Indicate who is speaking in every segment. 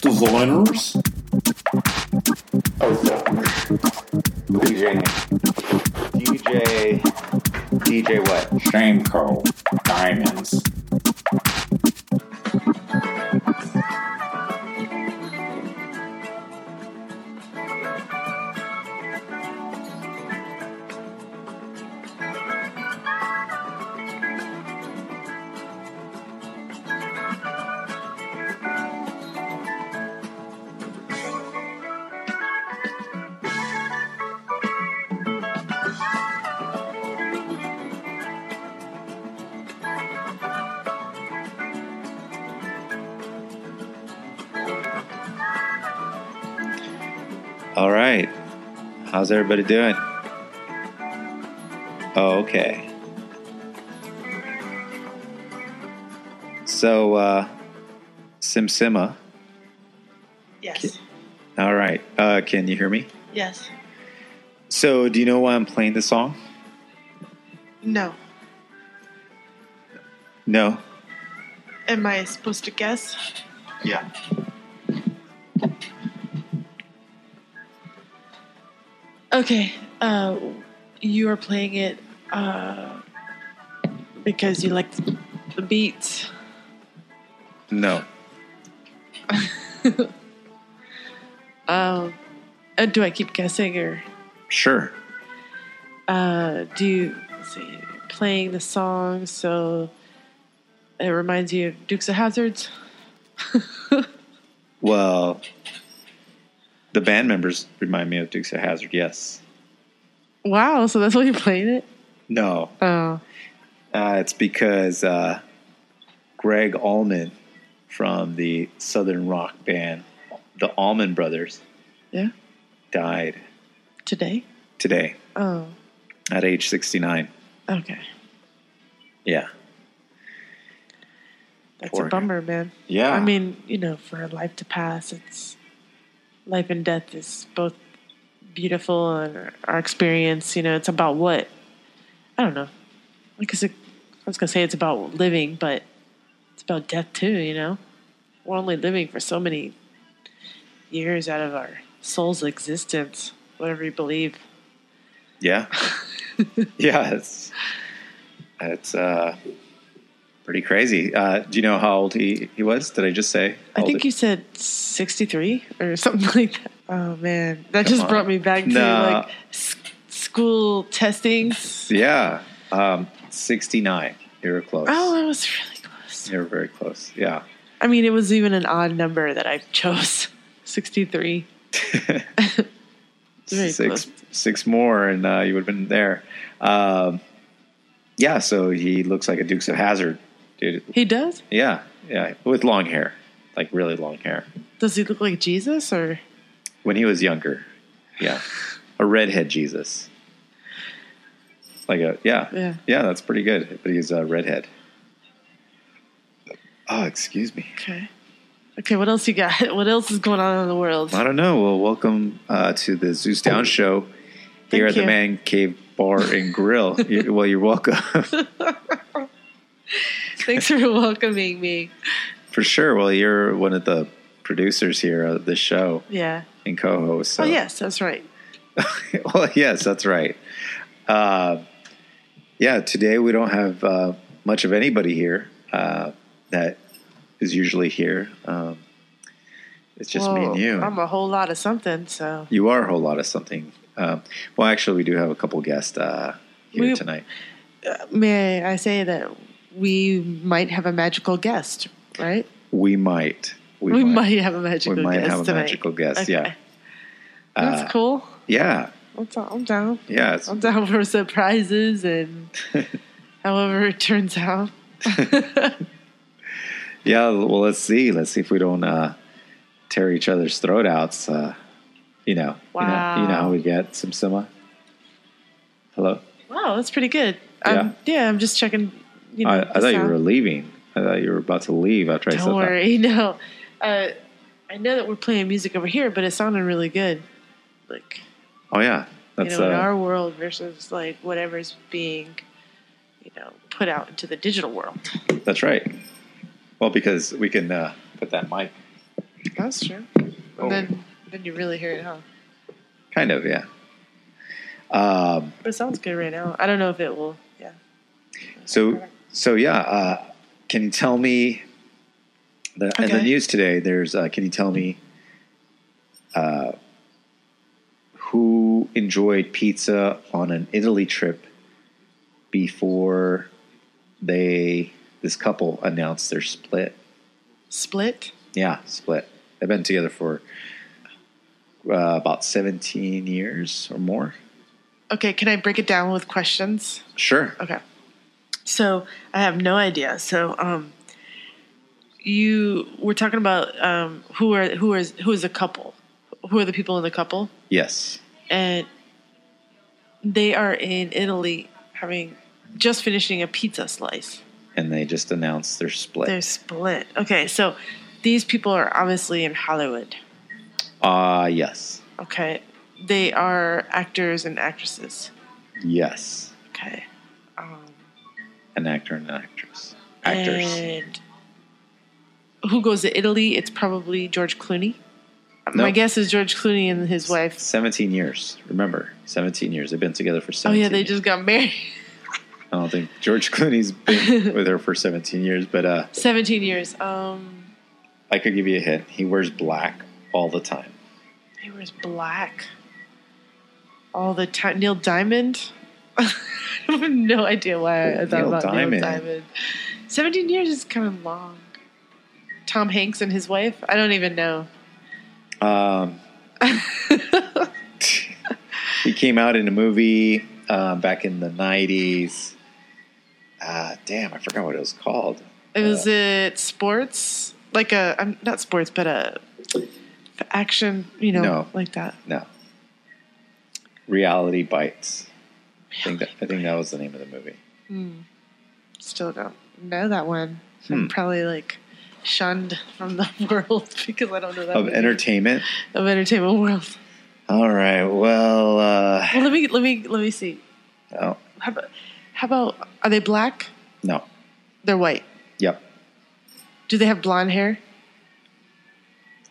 Speaker 1: designers.
Speaker 2: Oh, DJ. DJ. DJ what?
Speaker 1: Shamco. Diamonds.
Speaker 2: All right. How's everybody doing? Oh, okay. So, uh, Simsima.
Speaker 3: Yes.
Speaker 2: All right. Uh, can you hear me?
Speaker 3: Yes.
Speaker 2: So, do you know why I'm playing this song?
Speaker 3: No.
Speaker 2: No.
Speaker 3: Am I supposed to guess?
Speaker 2: Yeah.
Speaker 3: Okay. Uh, you are playing it uh, because you like the beats.
Speaker 2: No.
Speaker 3: Um, and do I keep guessing or
Speaker 2: Sure.
Speaker 3: uh, do you let's see playing the song so it reminds you of Dukes of Hazards?
Speaker 2: Well, the band members remind me of Dukes of Hazard. Yes.
Speaker 3: Wow. So that's why you're playing it.
Speaker 2: No.
Speaker 3: Oh.
Speaker 2: Uh, it's because uh, Greg Allman from the Southern rock band, the Allman Brothers,
Speaker 3: Yeah.
Speaker 2: died
Speaker 3: Today.
Speaker 2: today
Speaker 3: Oh.
Speaker 2: at age 69.
Speaker 3: Okay.
Speaker 2: Yeah.
Speaker 3: That's
Speaker 2: Poor
Speaker 3: a
Speaker 2: guy.
Speaker 3: bummer, man.
Speaker 2: Yeah.
Speaker 3: I mean, you know, for a life to pass, it's life and death is both beautiful and our experience, you know, it's about what I don't know. Like I said, I was gonna say it's about living, but it's about death too, you know? We're only living for so many years out of our soul's existence, whatever you believe.
Speaker 2: yeah. yeah. It's, it's uh, pretty crazy. Uh, do you know how old he, he was? Did I just say?
Speaker 3: I
Speaker 2: how old
Speaker 3: think
Speaker 2: he-
Speaker 3: you said 63 or something like that. Oh man, that
Speaker 2: Come
Speaker 3: just
Speaker 2: on.
Speaker 3: brought me back to
Speaker 2: Nah.
Speaker 3: like s- school testings.
Speaker 2: Yeah. Um, 69. You were close.
Speaker 3: Oh, I was really close.
Speaker 2: You were very close. Yeah.
Speaker 3: I mean, it was even an odd number that I chose 63. Very
Speaker 2: six
Speaker 3: close.
Speaker 2: six more, and uh, you would have been there. Um, yeah, so he looks like a Dukes of Hazard, dude.
Speaker 3: He does?
Speaker 2: Yeah, yeah, with long hair, like really long hair.
Speaker 3: Does he look like Jesus or?
Speaker 2: When he was younger, yeah, a redhead Jesus. Like a yeah,
Speaker 3: Yeah.
Speaker 2: yeah. That's pretty good. But he's a redhead. Oh, excuse me.
Speaker 3: Okay. Okay, what else you got? What else is going on in the world?
Speaker 2: I don't know. Well, welcome uh, to the Zeus Down Show here
Speaker 3: Thank
Speaker 2: at the
Speaker 3: you.
Speaker 2: Man Cave Bar and Grill. you well, you're welcome
Speaker 3: Thanks for welcoming me.
Speaker 2: for sure. Well, you're one of the producers here of this show
Speaker 3: Yeah.
Speaker 2: and co-host. So.
Speaker 3: Oh, yes, that's right.
Speaker 2: well, yes, that's right. Uh, yeah, today we don't have uh, much of anybody here uh, that is usually here. Um, it's just me
Speaker 3: Whoa,
Speaker 2: and you.
Speaker 3: I'm a whole lot of something, so.
Speaker 2: you are a whole lot of something. Um, well, actually, we do have a couple guests uh, here
Speaker 3: We-
Speaker 2: tonight.
Speaker 3: uh, May I say that we might have a magical guest, right?
Speaker 2: We might.
Speaker 3: We, might, have a magical
Speaker 2: we might
Speaker 3: guest
Speaker 2: have a
Speaker 3: tonight.
Speaker 2: magical guest.
Speaker 3: Okay.
Speaker 2: Yeah.
Speaker 3: That's
Speaker 2: Uh,
Speaker 3: cool.
Speaker 2: Yeah.
Speaker 3: That's all. I'm down.
Speaker 2: Yeah. It's,
Speaker 3: I'm down for surprises and however it turns out.
Speaker 2: yeah. Well, let's see. Let's see if we don't uh, tear each other's throat outs. Uh, you know. You know, you know how
Speaker 3: Wow.
Speaker 2: we get some sima. Hello.
Speaker 3: Wow, that's pretty good. I'm, yeah, I'm just checking. You know,
Speaker 2: I, I
Speaker 3: the
Speaker 2: thought you
Speaker 3: sound.
Speaker 2: were leaving. I thought you were about to leave after I said
Speaker 3: Don't worry. No, uh, I know that we're playing music over here, but it sounded really good. Like
Speaker 2: that. Oh yeah.
Speaker 3: you
Speaker 2: That's
Speaker 3: know, in
Speaker 2: uh,
Speaker 3: our world versus like whatever's being, you know, put out into the digital world.
Speaker 2: that's right. Well, because we can uh, put that mic
Speaker 3: That's true.
Speaker 2: Oh.
Speaker 3: And then then you really hear it, huh?
Speaker 2: Kind of, yeah. Um,
Speaker 3: But it sounds good right now. I don't know if it will. Yeah.
Speaker 2: So, so yeah. Uh, can you tell me the in the
Speaker 3: Okay.
Speaker 2: news today? There's. Uh, can you tell me uh, who enjoyed pizza on an Italy trip before they this couple announced their split?
Speaker 3: Split.
Speaker 2: Yeah, split. They've been together for uh, about 17 years or more.
Speaker 3: Okay, can I break it down with questions?
Speaker 2: Sure.
Speaker 3: Okay. So I have no idea. So um, you were talking about um, who are who is who is the couple? Who are the people in the couple?
Speaker 2: Yes.
Speaker 3: And they are in Italy, having just finishing a pizza slice.
Speaker 2: And they just announced their split.
Speaker 3: They're split. Okay, so these people are obviously in Hollywood.
Speaker 2: Ah, yes.
Speaker 3: Okay, they are actors and actresses.
Speaker 2: Yes.
Speaker 3: Okay. Um,
Speaker 2: An actor and an actress. Actors.
Speaker 3: And who goes to Italy? It's probably George Clooney.
Speaker 2: No.
Speaker 3: My guess is George Clooney and his wife.
Speaker 2: 17 years. Remember, 17 years. They've been together for
Speaker 3: Oh
Speaker 2: 17
Speaker 3: yeah, they
Speaker 2: years.
Speaker 3: just got married.
Speaker 2: I don't think George Clooney's been with her for 17 years, but uh,
Speaker 3: Seventeen years. Um,
Speaker 2: I could give you a hint. He wears black all the time.
Speaker 3: he wears black all the time. Neil Diamond. I have no idea why I thought
Speaker 2: Neil
Speaker 3: about
Speaker 2: Diamond.
Speaker 3: Neil Diamond. Seventeen years is kind of long. Tom Hanks and his wife. I don't even know.
Speaker 2: Um, he came out in a movie uh, back in the 90s. Uh, damn, I forgot what it was called.
Speaker 3: It was it sports, like a I'm not sports, but a f- action, you know,
Speaker 2: No.
Speaker 3: like that.
Speaker 2: No. Reality Bites. I think that, I think that was the name of the movie.
Speaker 3: Hmm. Still don't know that one.
Speaker 2: Hmm.
Speaker 3: I'm probably like shunned from the world because I don't know that
Speaker 2: Of
Speaker 3: movie.
Speaker 2: entertainment.
Speaker 3: of entertainment world.
Speaker 2: All right. Well, uh,
Speaker 3: Well, let me let me let me see.
Speaker 2: oh,
Speaker 3: How about how about are they black?
Speaker 2: no.
Speaker 3: They're white.
Speaker 2: Yep.
Speaker 3: Do they have blonde hair?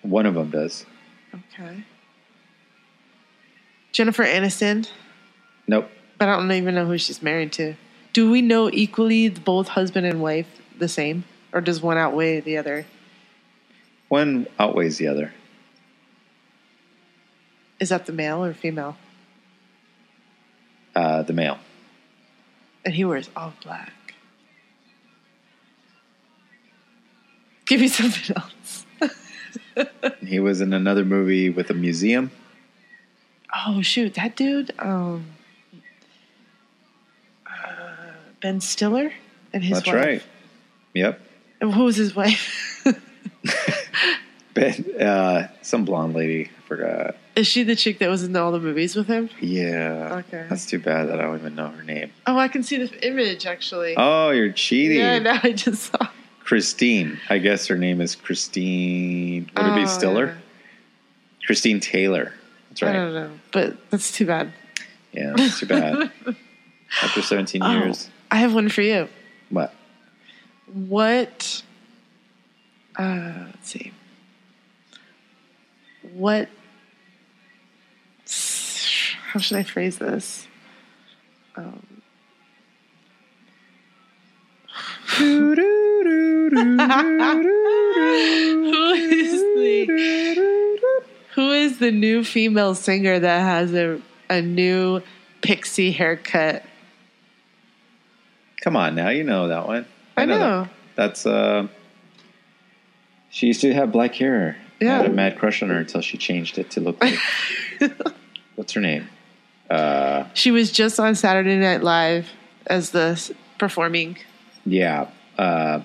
Speaker 2: One of them does.
Speaker 3: Okay. Jennifer Aniston,
Speaker 2: Nope.
Speaker 3: but I don't even know who she's married to. Do we know equally both husband and wife the same, or does one outweigh the other?
Speaker 2: One outweighs the other.
Speaker 3: Is that the male or female?
Speaker 2: Uh, the male.
Speaker 3: and he wears all black. Give me something else.
Speaker 2: He was in another movie with a museum.
Speaker 3: Oh shoot, that dude, um, uh, Ben Stiller and his
Speaker 2: That's
Speaker 3: wife.
Speaker 2: right. Yep.
Speaker 3: And who was his wife?
Speaker 2: Ben, uh, some blonde lady. I forgot.
Speaker 3: Is she the chick that was in all the movies with him?
Speaker 2: Yeah.
Speaker 3: Okay.
Speaker 2: That's too bad that I don't even know her name.
Speaker 3: Oh, I can see the image actually.
Speaker 2: Oh, you're cheating.
Speaker 3: yeah, now I just saw.
Speaker 2: Christine. I guess her name is Christine. Would it
Speaker 3: Oh,
Speaker 2: be Stiller?
Speaker 3: yeah.
Speaker 2: Christine Taylor. That's
Speaker 3: I
Speaker 2: right.
Speaker 3: don't know, but that's too bad.
Speaker 2: Yeah, that's too bad. After 17
Speaker 3: Oh,
Speaker 2: years.
Speaker 3: I have one for you.
Speaker 2: What?
Speaker 3: what uh let's see what how should i phrase this um,
Speaker 2: Who
Speaker 3: who is the who is the new female singer that has a a new pixie haircut
Speaker 2: Come on now, you know that one.
Speaker 3: i know,
Speaker 2: that. That's uh she used to have black hair.
Speaker 3: Yeah.
Speaker 2: I had a mad crush on her until she changed it to look like what's her name? Uh
Speaker 3: she was just on saturday night live as the s- performing
Speaker 2: yeah. Uh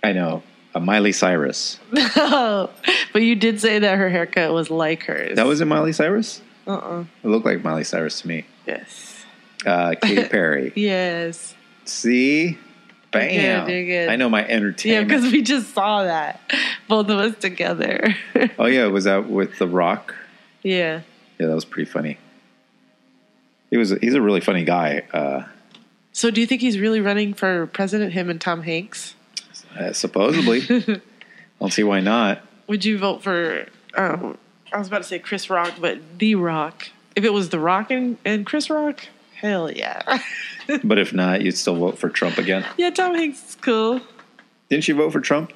Speaker 2: I know. Uh, Miley Cyrus.
Speaker 3: but you did say that her haircut was like hers
Speaker 2: That was in Miley Cyrus?
Speaker 3: uh-uh
Speaker 2: It looked like Miley Cyrus to me.
Speaker 3: yes
Speaker 2: Uh Katy Perry.
Speaker 3: yes
Speaker 2: See? Bam.
Speaker 3: You're good, you're good.
Speaker 2: I know my
Speaker 3: Yeah,
Speaker 2: entertainment.
Speaker 3: because we just saw that both of us together.
Speaker 2: oh yeah, was that with The Rock?
Speaker 3: yeah,
Speaker 2: Yeah, that was pretty funny. He was he's a really funny guy. Uh,
Speaker 3: So, do you think he's really running for president? Him and Tom Hanks?
Speaker 2: uh, supposedly. don't see why not.
Speaker 3: Would you vote for? Um, I was about to say Chris Rock, but The Rock. If it was The Rock and, and Chris Rock, hell yeah.
Speaker 2: But if not, you'd still vote for Trump again.
Speaker 3: yeah, Tom Hanks is cool.
Speaker 2: Didn't you vote for Trump?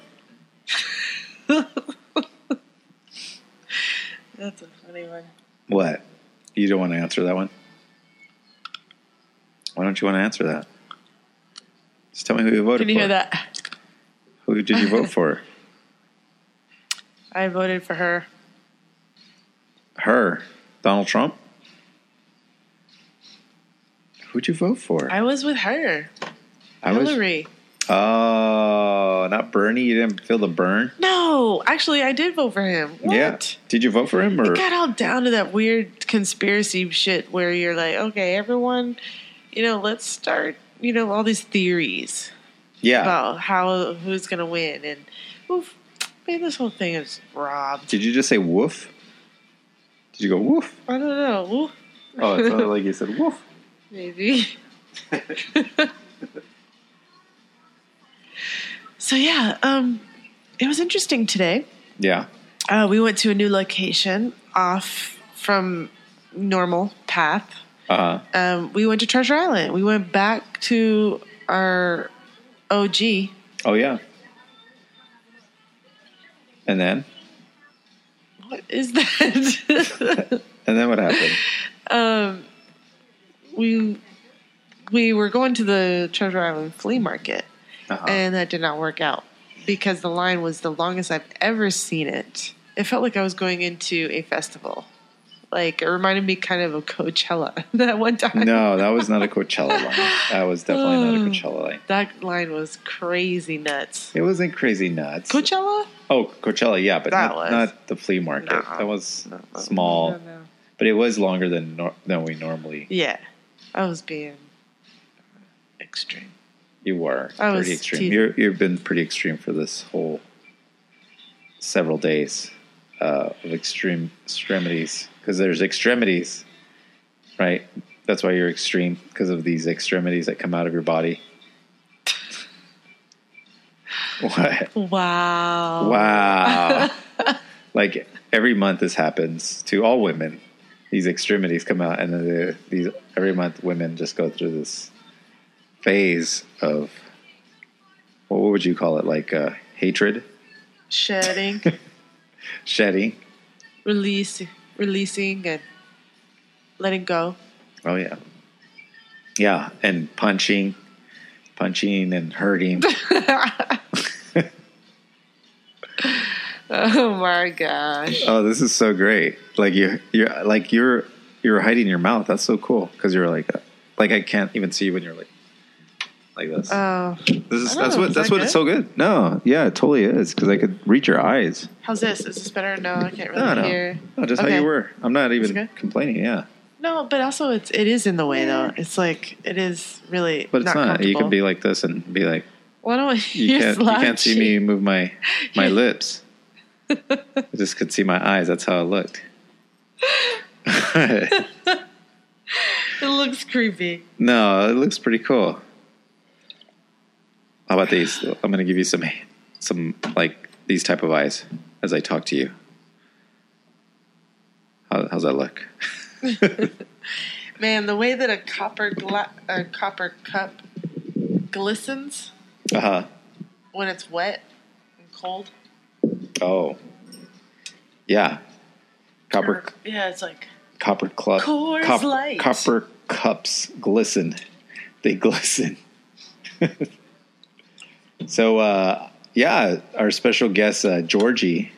Speaker 3: That's a funny one.
Speaker 2: What? You don't want to answer that one? Why don't you want to answer that? Just tell me who you voted
Speaker 3: Can you
Speaker 2: for.
Speaker 3: hear that?
Speaker 2: Who did you vote for?
Speaker 3: I voted for her.
Speaker 2: Her. Donald Trump? Who'd you vote for?
Speaker 3: I was with her.
Speaker 2: I
Speaker 3: Hillary.
Speaker 2: Oh, not Bernie. You didn't feel the burn?
Speaker 3: No, actually, I did vote for him. What?
Speaker 2: Yeah. Did you vote for him or
Speaker 3: It got all down to that weird conspiracy shit where you're like, okay, everyone, you know, let's start, you know, all these theories
Speaker 2: Yeah.
Speaker 3: about how who's gonna win and oof, man, this whole thing is robbed.
Speaker 2: Did you just say woof? Did you go woof?
Speaker 3: I don't know. Oof,
Speaker 2: Oh, it sounded like you said woof.
Speaker 3: Maybe. so yeah, um, it was interesting today.
Speaker 2: Yeah.
Speaker 3: Uh, we went to a new location off from normal path.
Speaker 2: Uh huh.
Speaker 3: Um, we went to Treasure Island. We went back to our OG.
Speaker 2: Oh, yeah. And then?
Speaker 3: What is that?
Speaker 2: And then what happened?
Speaker 3: um, we we were going to the Treasure Island flea market,
Speaker 2: Uh-huh.
Speaker 3: and that did not work out because the line was the longest I've ever seen it. It felt like I was going into a festival. Like it reminded me kind of of Coachella that one time.
Speaker 2: no, that was not a Coachella line. That was definitely not a Coachella line.
Speaker 3: That line was crazy nuts.
Speaker 2: It wasn't crazy nuts.
Speaker 3: Coachella?
Speaker 2: oh, Coachella, yeah, but
Speaker 3: That
Speaker 2: not,
Speaker 3: was-
Speaker 2: not the flea market.
Speaker 3: No.
Speaker 2: that was
Speaker 3: No, no,
Speaker 2: small,
Speaker 3: no, no.
Speaker 2: but it was longer than nor- than we normally.
Speaker 3: Yeah, I was being extreme.
Speaker 2: You were
Speaker 3: I was
Speaker 2: pretty extreme.
Speaker 3: teasing.
Speaker 2: You're, you've been pretty extreme for this whole several days uh, of extreme extremities because there's extremities, right? That's why you're extreme because of these extremities that come out of your body. what?
Speaker 3: Wow.
Speaker 2: Wow. like every month this happens to all women. These extremities come out and then the, these every month women just go through this phase of what would you call it? Like uh, hatred,
Speaker 3: Shedding,
Speaker 2: shedding.
Speaker 3: release, releasing, and letting go.
Speaker 2: Oh yeah. Yeah, and punching, punching and hurting.
Speaker 3: Oh my gosh.
Speaker 2: oh, this is so great. Like you you're like you're you're hiding your mouth. That's so cool cuz you're like uh, like I can't even see when you're like like this.
Speaker 3: Oh,
Speaker 2: This is,
Speaker 3: I don't
Speaker 2: that's
Speaker 3: know,
Speaker 2: what that's
Speaker 3: is that
Speaker 2: what it's so good. No, yeah, it totally is because I could read your eyes.
Speaker 3: how's this? Is this better? No, I can't really
Speaker 2: No, no,
Speaker 3: hear.
Speaker 2: no, just how
Speaker 3: Okay.
Speaker 2: you were. I'm not even
Speaker 3: okay.
Speaker 2: complaining. Yeah,
Speaker 3: No, but also it's it is in the way though. It's like it is really.
Speaker 2: but it's not. You
Speaker 3: comfortable.
Speaker 2: can be like this and be like,
Speaker 3: Why don't
Speaker 2: you
Speaker 3: your
Speaker 2: can't you can't see
Speaker 3: slouchy-
Speaker 2: me move my my lips. I just could see my eyes. That's how it looked.
Speaker 3: It looks creepy.
Speaker 2: no, it looks pretty cool. How about these? I'm gonna give you some some like these type of eyes as I talk to you. How, how's that look?
Speaker 3: Man, the way that a copper gla- a copper cup glistens
Speaker 2: Uh huh.
Speaker 3: when it's wet and cold.
Speaker 2: Oh, yeah. Copper,
Speaker 3: Or- yeah, it's like
Speaker 2: copper club,
Speaker 3: Coors Light.
Speaker 2: copper cups glisten. They glisten. so, uh, yeah, our special guest uh, Georgie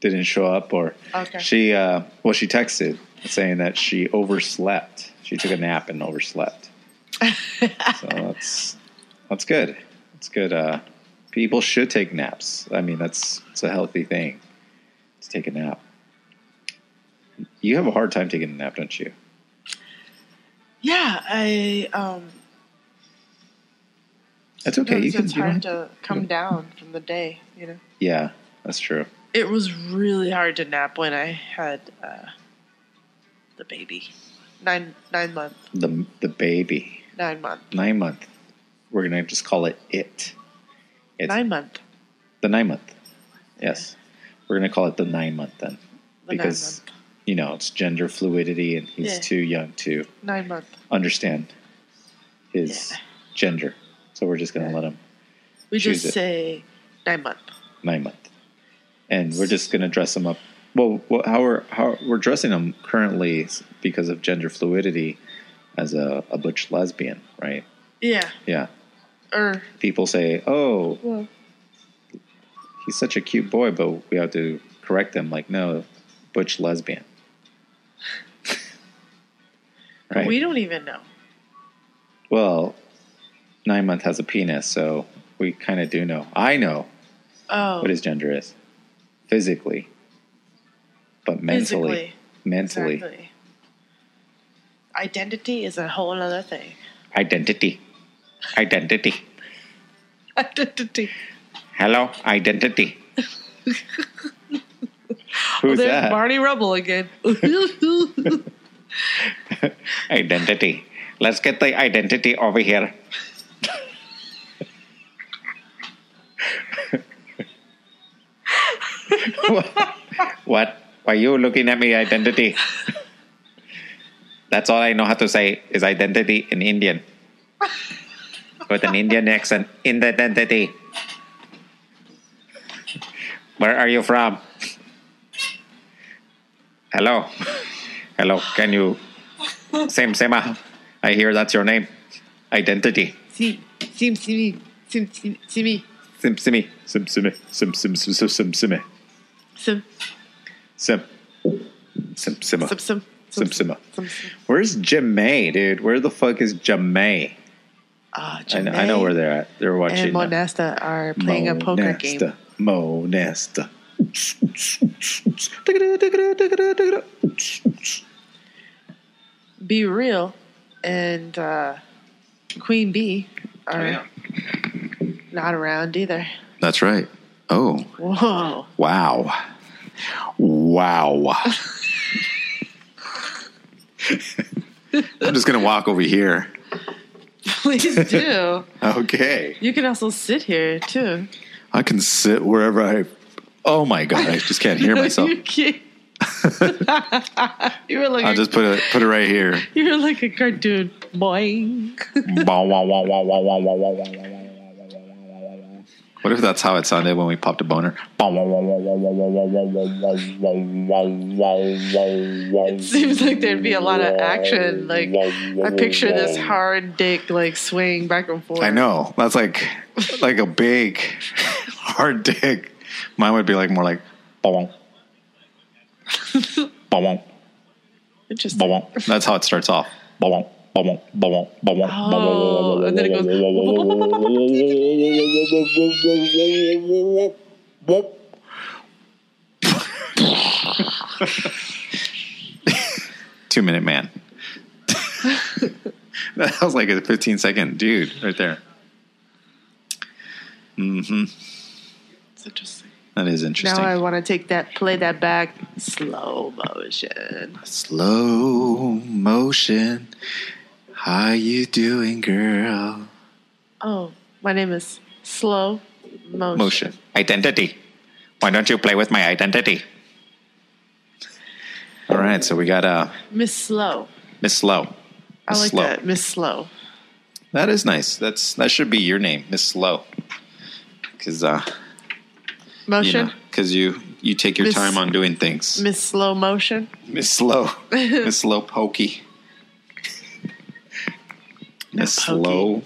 Speaker 2: didn't show up, or
Speaker 3: Okay.
Speaker 2: she, uh, well, she texted saying that she overslept. She took a nap and overslept. so that's that's good. That's good. Uh, people should take naps. I mean, that's it's a healthy thing to take a nap. You have a hard time taking a nap, don't you?
Speaker 3: yeah. I um.
Speaker 2: That's okay. you
Speaker 3: it's
Speaker 2: can.
Speaker 3: it's
Speaker 2: you
Speaker 3: hard
Speaker 2: don't-
Speaker 3: to come down from the day. You know,
Speaker 2: yeah, that's true.
Speaker 3: it was really hard to nap when I had uh, the baby, nine nine month
Speaker 2: The the baby
Speaker 3: nine month
Speaker 2: nine month. We're gonna just call it it. It's
Speaker 3: nine month.
Speaker 2: the nine month. Yes. We're going to call it the nine month then.
Speaker 3: The
Speaker 2: because, you know, it's gender fluidity and he's
Speaker 3: Yeah.
Speaker 2: too young to
Speaker 3: nine month. Nine month.
Speaker 2: understand his
Speaker 3: Yeah.
Speaker 2: gender. So we're just going to
Speaker 3: Yeah.
Speaker 2: let him
Speaker 3: We
Speaker 2: Choose
Speaker 3: just
Speaker 2: it.
Speaker 3: say nine month.
Speaker 2: nine month. And we're just going to dress him up. Well, well, how we're, how we're dressing him currently is because of gender fluidity as a, a butch lesbian, right?
Speaker 3: Yeah.
Speaker 2: Yeah.
Speaker 3: Or
Speaker 2: People say, oh,
Speaker 3: well,
Speaker 2: he's such a cute boy, but we have to correct them like, no, butch lesbian. right.
Speaker 3: we don't even know.
Speaker 2: well, nine month has a penis, so we kind of do know. I know
Speaker 3: Oh,
Speaker 2: what his gender is physically, but mentally,
Speaker 3: physically.
Speaker 2: mentally,
Speaker 3: Exactly. Identity is a whole other thing.
Speaker 2: identity, identity.
Speaker 3: Identity.
Speaker 2: Hello, identity. Who's
Speaker 3: there's
Speaker 2: that?
Speaker 3: Barney Rubble again.
Speaker 2: identity. Let's get the identity over here. what? Why you looking at me, identity? That's all I know how to say is identity in Indian. With an Indian accent, in identity. Where are you from? Hello. Hello, can you same, same. ah. I hear that's your name. Identity.
Speaker 3: Sim, sim, simi, sim, sim, simi,
Speaker 2: Sim, simi. Sim, simi. Sim, sim, sim, sim, sim, simi.
Speaker 3: sim,
Speaker 2: Sim. Sim, sima.
Speaker 3: sim, sim,
Speaker 2: Sim,
Speaker 3: sim,
Speaker 2: sima.
Speaker 3: sim, sim.
Speaker 2: Where's Jamay, dude? Where the fuck is Jamay?
Speaker 3: Ah,
Speaker 2: I know, I know where
Speaker 3: Jermaine
Speaker 2: they're at. They're watching. uh,
Speaker 3: and Monesta are playing a poker game.
Speaker 2: Monesta. Monesta.
Speaker 3: Be real, and uh, Queen Bee are not around either.
Speaker 2: That's right. Oh,
Speaker 3: Whoa!
Speaker 2: wow. Wow. I'm just going to walk over here.
Speaker 3: Please do.
Speaker 2: Okay.
Speaker 3: you can also sit here too.
Speaker 2: I can sit wherever I. Oh my god! I just can't hear myself.
Speaker 3: you can't- you were like
Speaker 2: I'll
Speaker 3: a-
Speaker 2: just put it put it right here.
Speaker 3: you were like a cartoon. Boing.
Speaker 2: Bow, wow, wow, wow, wow, wow, wow, wow, wow, wow, wow, wow, wow, wow, wow. What if that's how it sounded when we popped a boner? Bow, wow, wow, wow, wow, wow, wow, wow, wow, wow, wow, wow, wow, wow, wow.
Speaker 3: Seems like there'd be a lot of action. Like I picture this hard dick like swaying back and forth.
Speaker 2: I know that's like like a big hard dick. Mine would be like more like bow, wow. bow, wow.
Speaker 3: Interesting.
Speaker 2: Boom. That's how it starts off. Boom. Boom. Boom. Boom.
Speaker 3: Oh, and then it
Speaker 2: goes. Two minute man. that was like a 15 second dude right there. hmm
Speaker 3: It's interesting.
Speaker 2: That is
Speaker 3: Now
Speaker 2: interesting.
Speaker 3: I want to take that, play that back, slow motion.
Speaker 2: Slow motion. How you doing, girl?
Speaker 3: Oh, my name is Slow Motion.
Speaker 2: Motion. Identity. Why don't you play with my identity? All right, so we got uh,
Speaker 3: Miss Slow.
Speaker 2: Miss Slow.
Speaker 3: I
Speaker 2: Miss
Speaker 3: like
Speaker 2: Slow.
Speaker 3: that. Miss Slow.
Speaker 2: That is nice. That's that should be your name, Miss Slow. Because uh, you
Speaker 3: Motion.
Speaker 2: know, 'cause you you take your
Speaker 3: Miss-
Speaker 2: time on doing things.
Speaker 3: Miss Slow Motion.
Speaker 2: Miss Slow. Miss Slow Pokey. Miss
Speaker 3: Pokey.
Speaker 2: Slow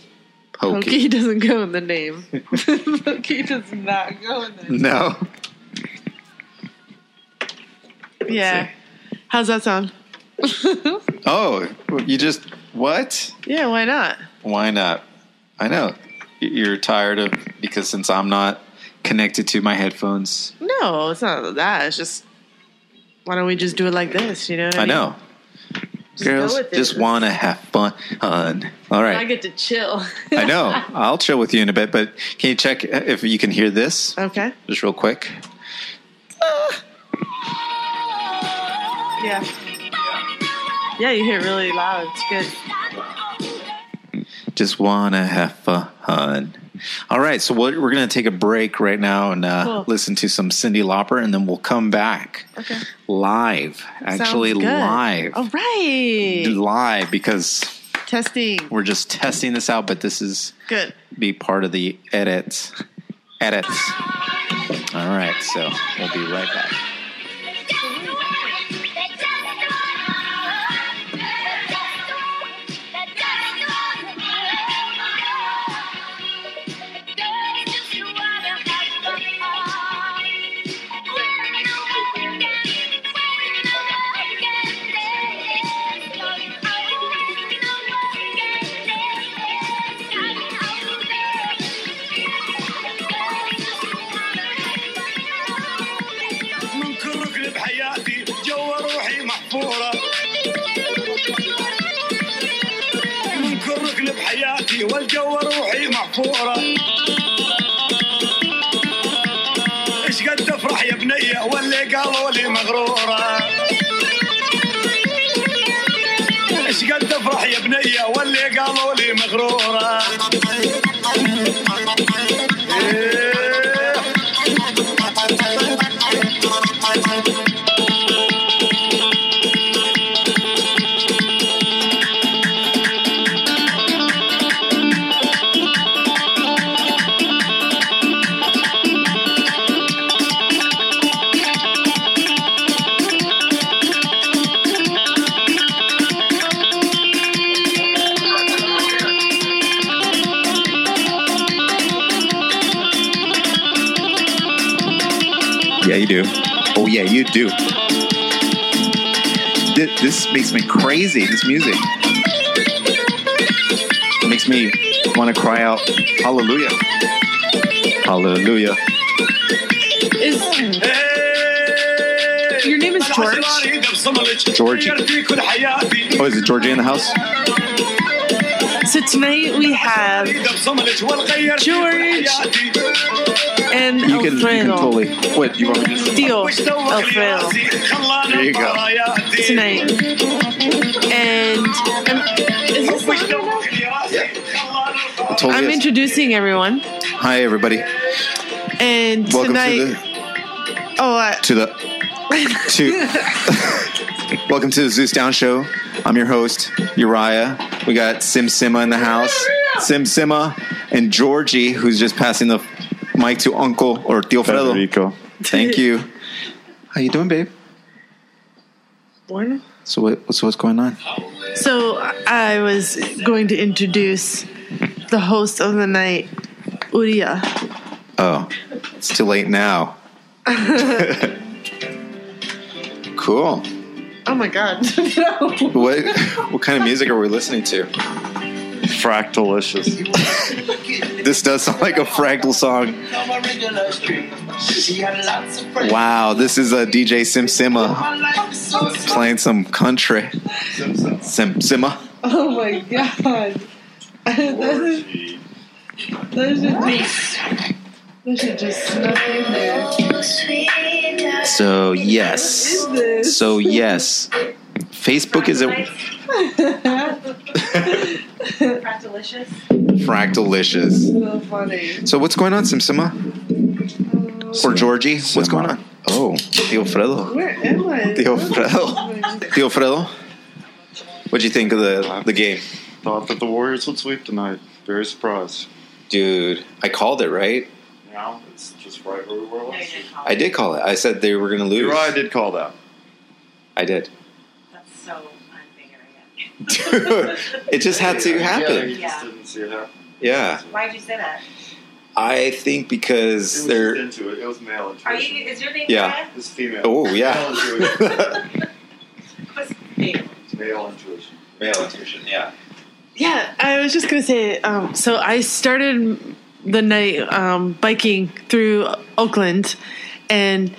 Speaker 3: Pokey
Speaker 2: Pokey.
Speaker 3: doesn't go in the name. Pokey does not go in the name.
Speaker 2: No.
Speaker 3: Yeah. How's that sound?
Speaker 2: Oh, you just what?
Speaker 3: Yeah, why not?
Speaker 2: Why not? I know Y- you're tired of because since I'm not connected to my headphones,
Speaker 3: No, it's not that. It's just why don't we just do it like this? You know what I,
Speaker 2: I
Speaker 3: mean?
Speaker 2: know girls
Speaker 3: go with it.
Speaker 2: just want to have fun. All right,
Speaker 3: I get to chill.
Speaker 2: I know. I'll chill with you in a bit, but can you check if you can hear this
Speaker 3: okay.
Speaker 2: just real quick?
Speaker 3: Yeah. Yeah, you hear it really loud. It's good.
Speaker 2: Just want to have fun.
Speaker 4: All right, so what, we're going to take a break right now and uh,
Speaker 3: Cool.
Speaker 4: listen to some Cindy Lauper, and then we'll come back
Speaker 3: Okay.
Speaker 4: live, actually
Speaker 3: Sounds
Speaker 4: live,
Speaker 3: good. Oh, All right.
Speaker 4: live because
Speaker 3: Testing.
Speaker 4: we're just testing this out. But this is
Speaker 3: Good.
Speaker 4: be part of the edits, edits. All right, so we'll be right back.
Speaker 5: من كل ركن بحياتي جوا روحي محفورة من كل ركن بحياتي والجو روحي محفورة ايش قد افرح يا بنية واللي قالوا لي مغرورة ايش قد افرح يا بنية واللي قالوا لي مغرورة إيه.
Speaker 2: Yeah, you do. Oh, yeah, you do. This, this makes me crazy, this music. It makes me want to cry out, Hallelujah. Hallelujah.
Speaker 3: Is Your name is George?
Speaker 2: Georgie. Oh, is it Georgie in the house?
Speaker 3: so tonight we have George. and
Speaker 2: You can, you can
Speaker 3: Alfredo.
Speaker 2: totally. What, you want me to just.
Speaker 3: Tio Alfredo
Speaker 5: There you go.
Speaker 3: tonight. And um, is this loud enough?
Speaker 2: Totally
Speaker 3: I'm
Speaker 2: is.
Speaker 3: introducing everyone.
Speaker 2: Hi, everybody.
Speaker 3: And
Speaker 2: Welcome
Speaker 3: tonight, oh, I,
Speaker 2: to the. To the to, welcome to the Zeus Down Show. I'm your host, Uriah. We got Sim Sima in the house. Sim Sima and Georgie, who's just passing the mic to Uncle or Tio Fredo.
Speaker 6: Federico.
Speaker 2: Thank you. How you doing, babe?
Speaker 3: Bueno.
Speaker 2: So what, so what's going on?
Speaker 3: so I was going to introduce the host of the night, Uria.
Speaker 2: Oh, it's too late now. cool.
Speaker 3: Oh my God!
Speaker 2: What what kind of music are we listening to?
Speaker 6: Fractalicious.
Speaker 2: This does sound like a Fractal song. Wow, this is a DJ Sim Sima playing some country. Sim Sima.
Speaker 3: oh my God! that should just that should just snuck in there.
Speaker 2: So yes,
Speaker 3: This.
Speaker 2: so yes. Facebook is a
Speaker 7: Delicious.
Speaker 2: Fractalicious.
Speaker 3: so funny.
Speaker 2: So what's going on, Sim Sima? Or Georgie? What's going on? Oh, Tio Fredo.
Speaker 3: Where am I?
Speaker 2: Tio Fredo. Tio Fredo, what'd you think of the the game,
Speaker 6: Thought that the Warriors would sweep tonight. Very surprised.
Speaker 2: dude? I called it right.
Speaker 6: Now it's just right where we were last week.
Speaker 2: I did call it. I said they were going to lose.
Speaker 6: Uriah did call that.
Speaker 2: I did.
Speaker 7: That's so unfair.
Speaker 2: Dude, it just had to
Speaker 6: you
Speaker 2: happen.
Speaker 7: Yeah.
Speaker 6: just didn't see it happen.
Speaker 2: Yeah,
Speaker 7: Why'd you say that?
Speaker 2: I think
Speaker 6: It
Speaker 2: because
Speaker 6: was
Speaker 2: they're.
Speaker 6: just into it. It was male
Speaker 7: Are
Speaker 6: intuition.
Speaker 7: you? Is your name
Speaker 2: Yeah.
Speaker 7: Brad?
Speaker 6: It was female.
Speaker 2: Oh
Speaker 6: Male
Speaker 2: yeah.
Speaker 6: intuition.
Speaker 7: What's your name?
Speaker 6: It's male intuition.
Speaker 2: Male intuition. Yeah.
Speaker 3: Yeah, I was just gonna say. Um, so I started the night um, biking through Oakland, and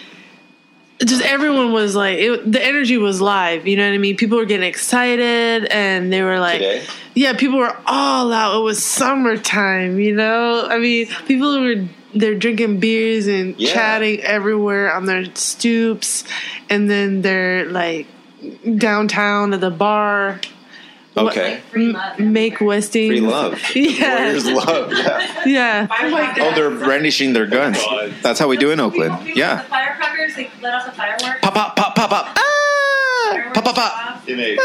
Speaker 3: just everyone was like, it, the energy was live. You know what I mean? People were getting excited, and they were like,
Speaker 2: Today?
Speaker 3: "Yeah, people were all out. It was summertime. You know, I mean, people were." They're drinking beers and
Speaker 2: Yeah.
Speaker 3: chatting everywhere on their stoops, and then they're like downtown at the bar
Speaker 2: Okay.
Speaker 8: Free love.
Speaker 3: M- make
Speaker 8: everywhere.
Speaker 3: Westing.
Speaker 9: Free love.
Speaker 3: Yeah.
Speaker 2: Warriors love. Yeah.
Speaker 3: Yeah.
Speaker 8: Fire
Speaker 2: Oh, they're
Speaker 8: fireworks.
Speaker 2: brandishing their guns. That's how we do in Oakland.
Speaker 8: People-
Speaker 2: Yeah.
Speaker 8: The firecrackers, they let off the fireworks.
Speaker 2: Pop, pop, pop, pop, pop. Ah!
Speaker 8: fireworks
Speaker 2: Pop, pop,
Speaker 8: go
Speaker 2: pop.
Speaker 8: off.
Speaker 6: In a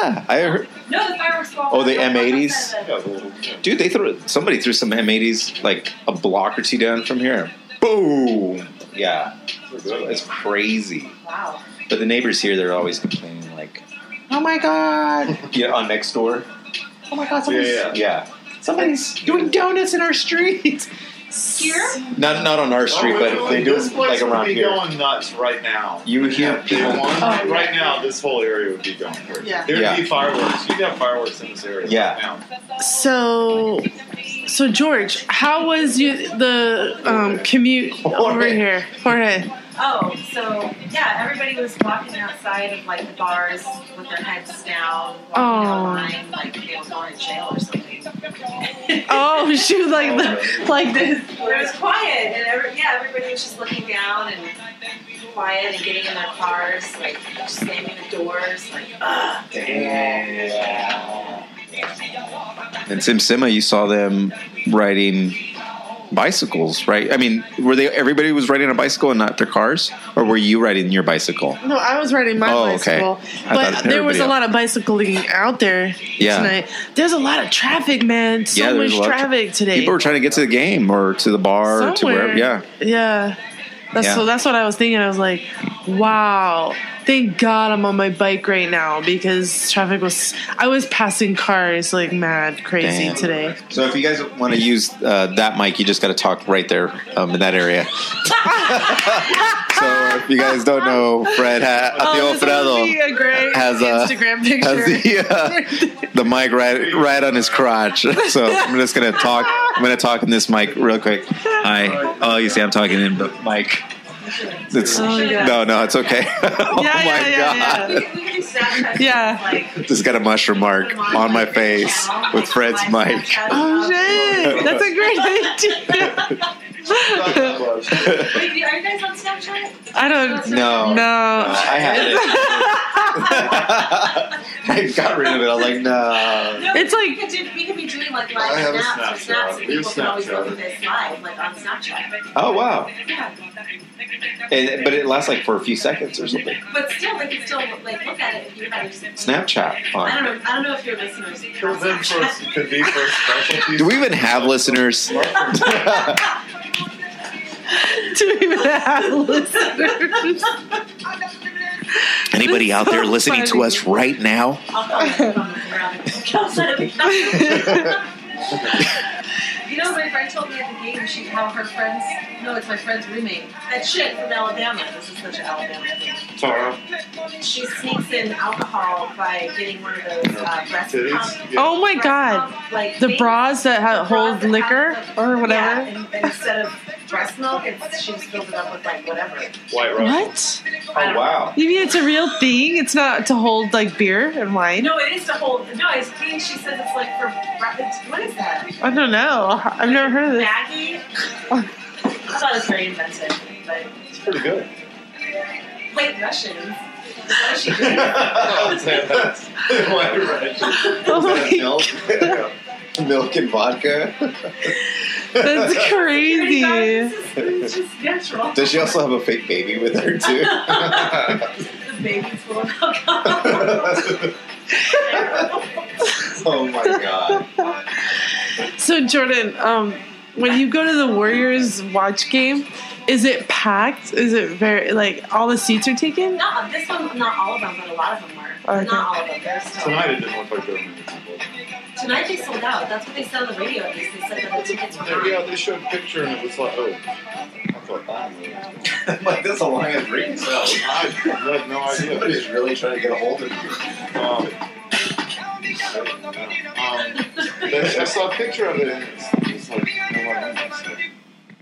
Speaker 2: Ah! I heard,
Speaker 8: No, the fireworks go off.
Speaker 2: Oh, the M80s?
Speaker 6: yeah, the little, yeah.
Speaker 2: dude, they threw somebody threw some M80s like a block or two down from here. Boom! Yeah, it's crazy.
Speaker 8: Wow.
Speaker 2: But the neighbors here, they're always complaining, like, "Oh my god!" Yeah, on next door. Oh my god! Somebody's,
Speaker 6: Yeah,
Speaker 2: somebody's doing donuts in our street.
Speaker 8: Here?
Speaker 2: Not not on our street, but they do
Speaker 6: this
Speaker 2: it
Speaker 6: place
Speaker 2: like
Speaker 6: would
Speaker 2: around
Speaker 6: be
Speaker 2: here.
Speaker 6: going nuts right now.
Speaker 2: You would hear
Speaker 6: If they
Speaker 2: people-
Speaker 6: won
Speaker 8: yeah.
Speaker 6: right now, this whole area would be going crazy.
Speaker 8: Yeah.
Speaker 6: There'd
Speaker 2: Yeah.
Speaker 6: be fireworks. You'd have fireworks in this area
Speaker 2: Yeah.
Speaker 6: right now.
Speaker 3: So, so George, how was you the um, commute over here? Jorge.
Speaker 8: Oh, so yeah, everybody was walking outside of like the bars with their heads down, walking
Speaker 3: Oh.
Speaker 8: out line like they were going to jail or something.
Speaker 3: Oh, she was like the, like this.
Speaker 8: It was quiet, and every, yeah, everybody was just looking down and quiet and getting in their cars, like slamming the doors, like ugh.
Speaker 2: In Simsima, you saw them riding bicycles, right? I mean, were they everybody was riding a bicycle and not their cars, or were you riding your bicycle?
Speaker 3: No, I was riding my
Speaker 2: Oh, okay.
Speaker 3: bicycle,
Speaker 2: I
Speaker 3: but
Speaker 2: thought
Speaker 3: there was a
Speaker 2: everybody-
Speaker 3: lot of bicycling out there
Speaker 2: Yeah.
Speaker 3: tonight. There's a lot of traffic, man. So
Speaker 2: Yeah, there's
Speaker 3: much
Speaker 2: a lot of tra-
Speaker 3: traffic today.
Speaker 2: People were trying to get to the game or to the bar or to
Speaker 3: Somewhere.
Speaker 2: wherever. Yeah,
Speaker 3: yeah. That's
Speaker 2: Yeah.
Speaker 3: so. That's what I was thinking. I was like, wow. Thank God I'm on my bike right now because traffic was. I was passing cars like mad crazy
Speaker 2: Damn.
Speaker 3: today.
Speaker 2: So if you guys want to use uh, that mic, you just got to talk right there um, in that area. so if you guys don't know, Fred ha- Tio
Speaker 3: Oh, this would be
Speaker 2: Fredo
Speaker 3: a great
Speaker 2: has a-
Speaker 3: Instagram picture.
Speaker 2: has the uh, the mic right right on his crotch. So I'm just gonna talk. I'm gonna talk in this mic real quick. Hi. Oh, you see, I'm talking in the mic. It's,
Speaker 3: Oh, yeah.
Speaker 2: No, no, it's okay. oh
Speaker 3: Yeah,
Speaker 2: my
Speaker 3: yeah, yeah, yeah.
Speaker 2: god.
Speaker 8: We could, we could do Snapchat.
Speaker 3: Yeah.
Speaker 8: Like,
Speaker 2: Just got a mushroom mark
Speaker 8: put 'em
Speaker 2: on my
Speaker 8: like,
Speaker 2: face
Speaker 8: channel,
Speaker 2: with
Speaker 8: like,
Speaker 2: Fred's
Speaker 8: live
Speaker 2: mic.
Speaker 8: Snapchat
Speaker 3: Oh
Speaker 8: stuff.
Speaker 3: shit! That's a great idea.
Speaker 2: Uh,
Speaker 8: Wait, are you guys on Snapchat?
Speaker 3: I don't.
Speaker 2: No.
Speaker 3: No.
Speaker 2: I had it. I got rid of it. I'm like, no.
Speaker 8: No,
Speaker 3: It's
Speaker 8: we
Speaker 3: like-
Speaker 8: could, do, we could be doing like
Speaker 6: I have
Speaker 8: live
Speaker 6: a
Speaker 8: snaps or snaps,
Speaker 6: Snapchat.
Speaker 8: and
Speaker 6: We have
Speaker 8: people can always look
Speaker 6: Snapchat.
Speaker 8: at this live, like on Snapchat.
Speaker 2: Oh wow!
Speaker 8: Yeah,
Speaker 2: And, but it lasts like for a few seconds or something.
Speaker 8: but still, they can still like look at it if you're not.
Speaker 2: Snapchat.
Speaker 8: I
Speaker 2: On.
Speaker 8: don't know. I don't know if your listeners are on
Speaker 6: Could be
Speaker 8: Snapchat.
Speaker 6: for- could be for a special piece
Speaker 2: Do we even have listeners?
Speaker 3: Do you have listeners?
Speaker 2: Anybody out there listening to us right now?
Speaker 8: I'll call them from the ground. You know, my friend told me at the game she how her friends. No, it's my friend's roommate. That shit from Alabama. This is such an Alabama thing.
Speaker 6: Tara.
Speaker 8: She sneaks in alcohol by getting one of those uh, breast
Speaker 6: Titties?
Speaker 8: pump.
Speaker 6: Yeah.
Speaker 3: Oh my god!
Speaker 8: breast pump, like,
Speaker 3: The
Speaker 8: things-
Speaker 3: bras that ha- hold
Speaker 8: that
Speaker 3: liquor
Speaker 8: have, like,
Speaker 3: or
Speaker 8: Yeah,
Speaker 3: whatever.
Speaker 8: and, and instead of breast milk, it's, she just filled it up with like whatever.
Speaker 6: White Russian.
Speaker 3: What?
Speaker 8: I don't
Speaker 2: wow!
Speaker 3: You mean it's a real thing? It's not to hold like beer and wine?
Speaker 8: know. No, it is to hold. No, it's clean. She says it's like for. bre- It's, what is that?
Speaker 3: I don't know. I've never heard of this.
Speaker 8: Maggie. I thought it was very inventive, but
Speaker 6: It's pretty good.
Speaker 8: white Russians. What is she doing?
Speaker 6: White Russian.
Speaker 3: Oh my,
Speaker 2: Milk,
Speaker 6: Yeah.
Speaker 2: milk and vodka.
Speaker 3: that's
Speaker 8: Pretty guys,
Speaker 3: crazy.
Speaker 8: Oh This is, it's just natural.
Speaker 2: Does she also have a fake baby with her too?
Speaker 8: The baby's full of alcohol.
Speaker 2: oh my god!
Speaker 3: So Jordan, um, when you go to the Warriors watch game, is it packed? Is it very like all the seats are taken?
Speaker 8: not this one, not all of them, but a lot of them were.
Speaker 3: Okay.
Speaker 8: Not all of them. There's still.
Speaker 6: Tonight it didn't look like there were many people.
Speaker 8: Tonight they sold out. That's what they said on the radio. At least they said that the tickets were
Speaker 6: They- Yeah,
Speaker 8: gone.
Speaker 6: they showed a picture and it was like, oh. I thought that was-
Speaker 2: like that's a long ass ring. So
Speaker 6: I had no idea.
Speaker 2: somebody's really trying to get a hold of you.
Speaker 6: Um, um, they- I saw a picture of it and it's, it's like, no one else.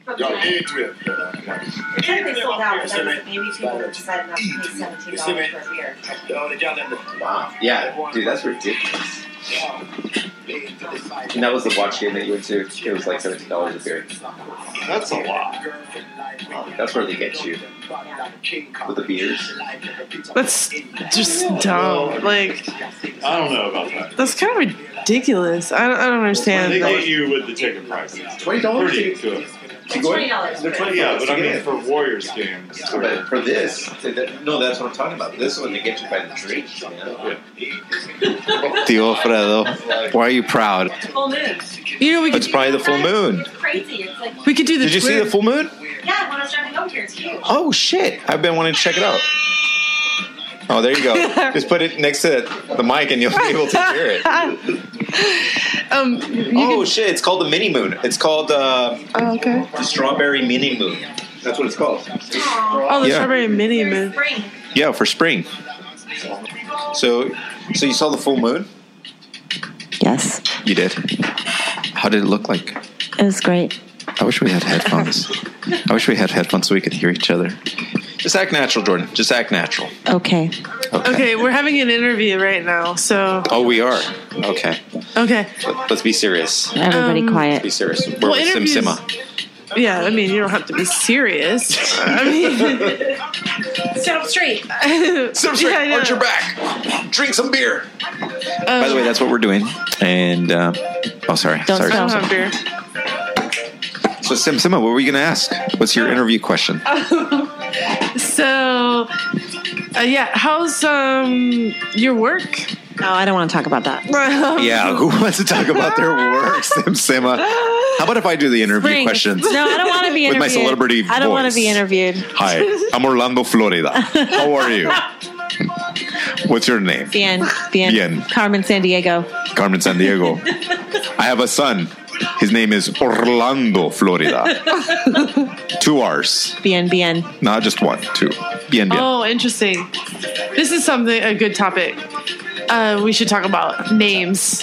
Speaker 8: But
Speaker 6: Y'all
Speaker 8: tonight
Speaker 6: need to have-
Speaker 8: I think they sold out. But that was maybe people that decided not to pay seventeen dollars for a beer.
Speaker 2: Yeah, dude, that's ridiculous.
Speaker 10: And that was the watch game that you went to. It was like seventeen dollars a beer.
Speaker 7: That's a lot.
Speaker 10: That's where they get you with the beers.
Speaker 3: That's just dumb. Like
Speaker 7: I don't know about that.
Speaker 3: that's kind of ridiculous. I don't, I don't understand.
Speaker 7: They
Speaker 3: Like,
Speaker 7: get you with the ticket prices.
Speaker 10: Twenty dollars.
Speaker 7: Pretty good.
Speaker 11: Twenty dollars.
Speaker 10: They're twenty
Speaker 7: Yeah,
Speaker 10: dollars.
Speaker 7: but I mean for Warriors games. it's sort
Speaker 10: But
Speaker 7: of-
Speaker 10: for this, no, that's what I'm talking about. This one they get you by the drink. You know?
Speaker 2: Tio Fredo, why are you proud?
Speaker 11: Full moon.
Speaker 3: you know, we could
Speaker 2: It's probably the full moon.
Speaker 11: It's crazy. It's like
Speaker 3: we could do the.
Speaker 2: Did you see
Speaker 3: Twitter-
Speaker 2: the full moon?
Speaker 11: yeah, when I was driving over here, it's huge.
Speaker 2: Oh shit! I've been wanting to check it out. Oh, there you go. Just put it next to the mic, and you'll be able to hear it.
Speaker 3: um. You
Speaker 2: Oh shit! It's called the mini moon. It's called uh,
Speaker 3: could, oh, okay.
Speaker 2: the strawberry mini moon. That's what it's called.
Speaker 11: Aww.
Speaker 3: Oh, the
Speaker 2: Yeah.
Speaker 3: strawberry mini
Speaker 11: There's
Speaker 3: moon.
Speaker 11: spring.
Speaker 2: Yeah, for spring. So, so you saw the full moon?
Speaker 8: Yes,
Speaker 2: You did. How did it look like?
Speaker 8: it was great.
Speaker 2: I wish we had headphones. I wish we had headphones so we could hear each other. Just act natural, Jordan. Just act natural.
Speaker 8: Okay.
Speaker 3: Okay, we're having an interview right now, so
Speaker 2: Oh, we are. Okay.
Speaker 3: okay.
Speaker 2: Let- Let's be serious.
Speaker 8: Everybody
Speaker 3: Um,
Speaker 2: Be
Speaker 8: quiet.
Speaker 2: serious. We're
Speaker 3: Well,
Speaker 2: with Sim
Speaker 3: interviews-
Speaker 2: Sima.
Speaker 3: Yeah, I mean, you don't have to be serious. I mean,
Speaker 11: Sit up straight.
Speaker 2: Sim
Speaker 3: Yeah, I know.
Speaker 2: arch your back. Drink some beer. By the way, that's what we're doing. And, uh, oh, sorry.
Speaker 8: uh, Don't
Speaker 2: sorry.
Speaker 3: I don't
Speaker 8: sound-
Speaker 3: have beer.
Speaker 2: So, Sim Sima, what were you going to ask? What's your interview question?
Speaker 8: Um,
Speaker 3: So, uh, yeah, how's um your work?
Speaker 8: No, Oh, I don't want to talk about that.
Speaker 2: yeah, who wants to talk about their work, Sim Sima? How about if I do the interview
Speaker 8: Spring.
Speaker 2: questions?
Speaker 8: No, I don't want to be
Speaker 2: With
Speaker 8: interviewed.
Speaker 2: my celebrity
Speaker 8: I don't want
Speaker 2: voice.
Speaker 8: to be interviewed.
Speaker 2: Hi, I'm Orlando, Florida. How are you? What's your name?
Speaker 8: The end. The end.
Speaker 2: Bien.
Speaker 8: Carmen San Diego.
Speaker 2: Carmen San Diego. I have a son. His name is Orlando, Florida. Two R's,
Speaker 8: Bien. Bien.
Speaker 2: not just one, two. Bien, bien.
Speaker 3: Oh, interesting. This is something a good topic. Uh, we should talk about names.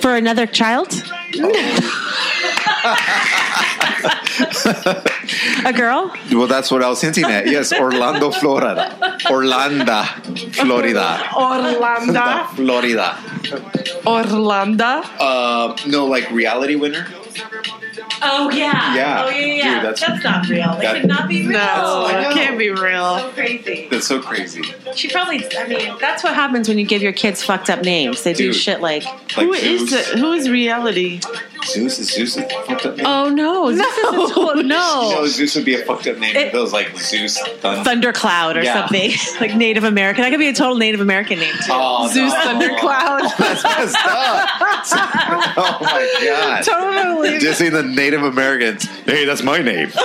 Speaker 8: For another child? A girl?
Speaker 2: Well, that's what I was hinting at. Yes, Orlando, Florida. Orlando, Florida.
Speaker 3: Orlando,
Speaker 2: Florida.
Speaker 3: Orlando.
Speaker 2: Uh, no, like reality winner.
Speaker 11: Oh yeah.
Speaker 2: Yeah.
Speaker 11: Oh yeah. yeah.
Speaker 2: Dude, that's-
Speaker 11: that's, not real. That,
Speaker 2: that-
Speaker 11: could not be real.
Speaker 3: No,
Speaker 2: I
Speaker 3: it
Speaker 2: know.
Speaker 3: can't be real.
Speaker 11: So crazy.
Speaker 2: That's so crazy.
Speaker 11: She probably. I mean,
Speaker 8: That's what happens when you give your kids fucked up names. They do
Speaker 2: Dude.
Speaker 8: shit like,
Speaker 2: Like
Speaker 3: Who is
Speaker 2: Zeus.
Speaker 3: it? Who is reality?
Speaker 2: Zeus is Zeus. Is a fucked up name.
Speaker 8: oh no, this is a total-
Speaker 3: Oh.
Speaker 2: You know,
Speaker 8: no.
Speaker 2: Zeus would be a fucked up name.
Speaker 8: It-
Speaker 2: if It was like Zeus. Thunder.
Speaker 8: Thundercloud or
Speaker 2: Yeah.
Speaker 8: something. like Native American. That could be a total Native American name too.
Speaker 2: Oh, no.
Speaker 3: Zeus Thundercloud.
Speaker 2: That's messed up. oh my god.
Speaker 3: totally.
Speaker 2: Just see the Native Americans. Hey, that's my name.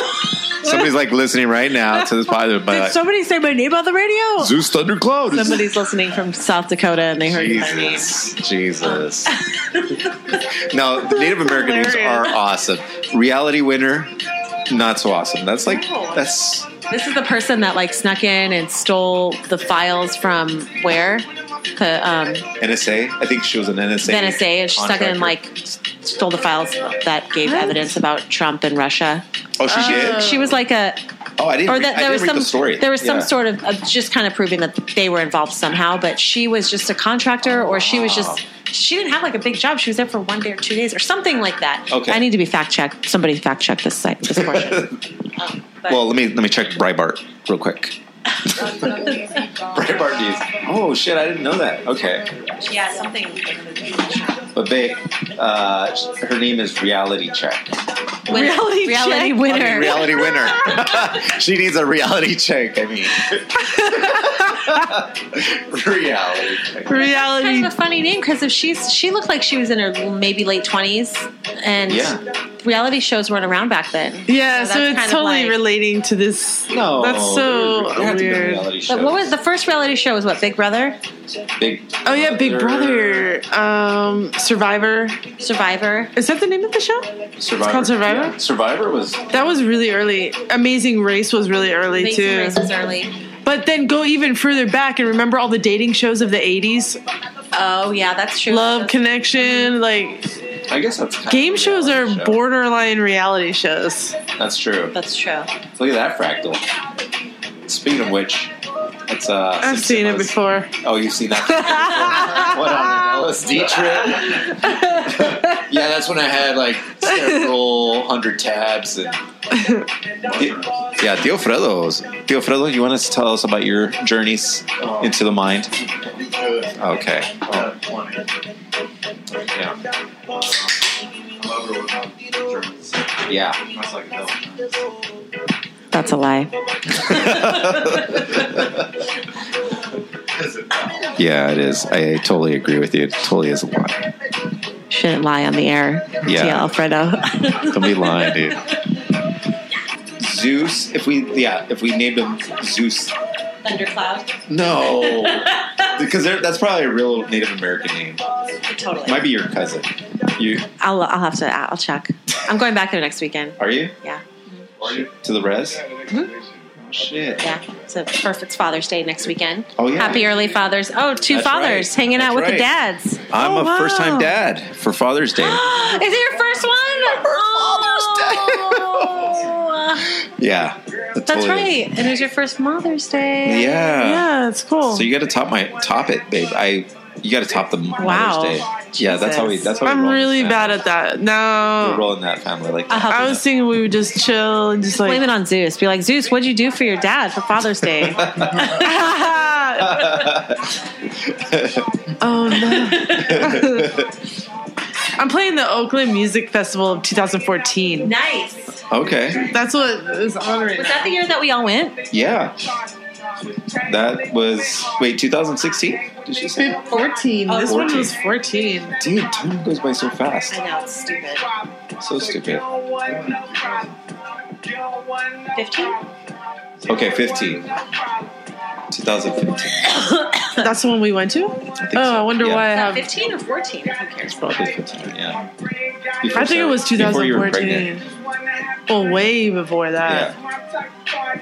Speaker 2: Somebody's like listening right now to this podcast, but
Speaker 8: Did
Speaker 2: like,
Speaker 8: somebody say my name on the radio?
Speaker 2: Zeus Thundercloud. is-
Speaker 8: Somebody's listening from South Dakota and they heard my name.
Speaker 2: Jesus, Jesus. no, the Native American names are
Speaker 3: Hilarious.
Speaker 2: awesome. Reality winner, not so awesome. That's like that's
Speaker 8: This is the person that like snuck in and stole the files from where? The um,
Speaker 2: NSA. I think she was an NSA.
Speaker 8: NSA, and she snuck in
Speaker 2: contractor.
Speaker 8: and like stole the files that gave evidence about Trump and Russia.
Speaker 2: Oh, she did.
Speaker 8: uh, She was like a,
Speaker 2: Oh, I didn't.
Speaker 8: or
Speaker 2: read,
Speaker 8: that
Speaker 2: I didn't
Speaker 8: there was
Speaker 2: read
Speaker 8: some
Speaker 2: the story.
Speaker 8: there was some
Speaker 2: Yeah.
Speaker 8: sort of, of just kind of proving that they were involved somehow. But she was just a contractor, or she was just she didn't have like a big job. She was there for one day or two days or something like that.
Speaker 2: Okay.
Speaker 8: I need to be fact checked. Somebody fact check this site this portion. Um, but-
Speaker 2: Well, let me let me check Breitbart real quick. Breitbart news. Oh shit! I didn't know that. Okay,
Speaker 11: yeah, something.
Speaker 2: but babe, uh, her name is Reality Check.
Speaker 8: Win-
Speaker 3: Reality
Speaker 8: reality
Speaker 3: check.
Speaker 8: winner.
Speaker 2: Reality winner. she needs a reality check. I mean, reality check.
Speaker 8: Kind of
Speaker 3: Reality.
Speaker 8: a funny name because if she's she looked like she was in her maybe late twenties, and
Speaker 2: Yeah.
Speaker 8: reality shows weren't around back then.
Speaker 3: Yeah, so,
Speaker 8: So that's
Speaker 3: it's
Speaker 8: kind of
Speaker 3: totally
Speaker 8: like-
Speaker 3: relating to this.
Speaker 2: No,
Speaker 3: That's so
Speaker 2: there had to be a
Speaker 3: weird.
Speaker 2: reality
Speaker 8: But
Speaker 2: show.
Speaker 8: what was the first reality show? Was what Big Brother,
Speaker 2: Big
Speaker 3: Oh yeah, Big Brother, um, Survivor.
Speaker 8: Survivor?
Speaker 3: Is that the name of the show?
Speaker 2: Survivor?
Speaker 3: It's called Survivor?
Speaker 2: Yeah. Survivor was
Speaker 3: That was really early. Amazing Race was really early
Speaker 8: Amazing
Speaker 3: too.
Speaker 8: Race was early.
Speaker 3: But then go even further back and remember all the dating shows of the '80s.
Speaker 8: Oh yeah, that's true.
Speaker 3: Love
Speaker 8: That's-
Speaker 3: Connection, like
Speaker 2: I guess that's kind
Speaker 3: game
Speaker 2: of a
Speaker 3: shows are
Speaker 2: reality show.
Speaker 3: borderline reality shows.
Speaker 2: That's true.
Speaker 8: That's true.
Speaker 2: Look at that fractal. Speaking of which,
Speaker 10: It's, uh,
Speaker 3: I've seen it
Speaker 10: Simpsons.
Speaker 3: before.
Speaker 10: Oh, you've seen that? what on an LSD trip? yeah, that's when I had like several hundred tabs. And
Speaker 2: Yeah, Tio Fredo's. Tio Fredo, you want us to tell us about your journeys into the mind? Okay.
Speaker 10: yeah, yeah.
Speaker 8: That's a lie.
Speaker 2: Yeah, it is. I totally agree with you. It totally is a lie.
Speaker 8: Shouldn't lie on the air.
Speaker 2: Yeah.
Speaker 8: Tia Alfredo.
Speaker 2: Don't be lying, dude. Zeus, if we, yeah, if we named him Zeus.
Speaker 8: Thundercloud.
Speaker 2: No. Because they're- that's probably a real Native American name.
Speaker 8: Totally.
Speaker 2: Might be your cousin. You
Speaker 8: I'll, I'll have to. I'll check. I'm going back there next weekend.
Speaker 2: Are you?
Speaker 8: Yeah.
Speaker 2: To the res? Shit.
Speaker 8: Yeah. So perfect Father's Day next weekend.
Speaker 2: Oh, yeah.
Speaker 8: Happy early fathers. Oh, two
Speaker 2: That's
Speaker 8: fathers
Speaker 2: right.
Speaker 8: hanging out with
Speaker 2: That's
Speaker 8: the
Speaker 2: right.
Speaker 8: dads.
Speaker 2: I'm
Speaker 8: Oh,
Speaker 2: a
Speaker 8: wow.
Speaker 2: first time dad for Father's Day.
Speaker 8: Is it your first one? oh.
Speaker 2: yeah.
Speaker 8: That's
Speaker 2: totally is.
Speaker 8: right. And it was your first Mother's Day.
Speaker 2: Yeah.
Speaker 3: Yeah, it's cool.
Speaker 2: So you got to top my top it, babe. I you got to top the
Speaker 8: Wow.
Speaker 2: Mother's Day. Yeah, that's how we. That's how we
Speaker 3: I'm
Speaker 2: roll in
Speaker 3: really
Speaker 2: this
Speaker 3: bad
Speaker 2: family.
Speaker 3: at that. Uh-huh.
Speaker 2: We're
Speaker 3: No,
Speaker 2: rolling that family like
Speaker 8: I'll
Speaker 2: that.
Speaker 8: help
Speaker 3: I
Speaker 8: you.
Speaker 3: was thinking we would just chill and just
Speaker 8: Blame
Speaker 3: like
Speaker 8: it on Zeus. Be like, Zeus, what'd you do for your dad for Father's Day?
Speaker 3: Oh no. I'm playing the Oakland Music Festival of 2014.
Speaker 8: nice.
Speaker 2: okay.
Speaker 3: That's what is on right
Speaker 8: Was
Speaker 3: now.
Speaker 8: that the year that we all went?
Speaker 2: Yeah. That was wait 2016. Did she say?
Speaker 3: 14.
Speaker 8: Oh,
Speaker 3: this one
Speaker 2: 14.
Speaker 3: was 14.
Speaker 2: Dude, time goes by so fast.
Speaker 8: know, it's stupid.
Speaker 2: So stupid.
Speaker 8: 15?
Speaker 2: Okay, 15. 2015.
Speaker 3: That's the one we went to?
Speaker 2: think
Speaker 3: oh,
Speaker 2: so.
Speaker 3: I wonder
Speaker 2: Yeah.
Speaker 3: why I
Speaker 8: Not
Speaker 3: have.
Speaker 8: 15 or 14? Who cares?
Speaker 2: Probably 15. Yeah.
Speaker 3: I think it was
Speaker 2: Before you were pregnant.
Speaker 3: 2014. Well, way before that.
Speaker 2: Yeah.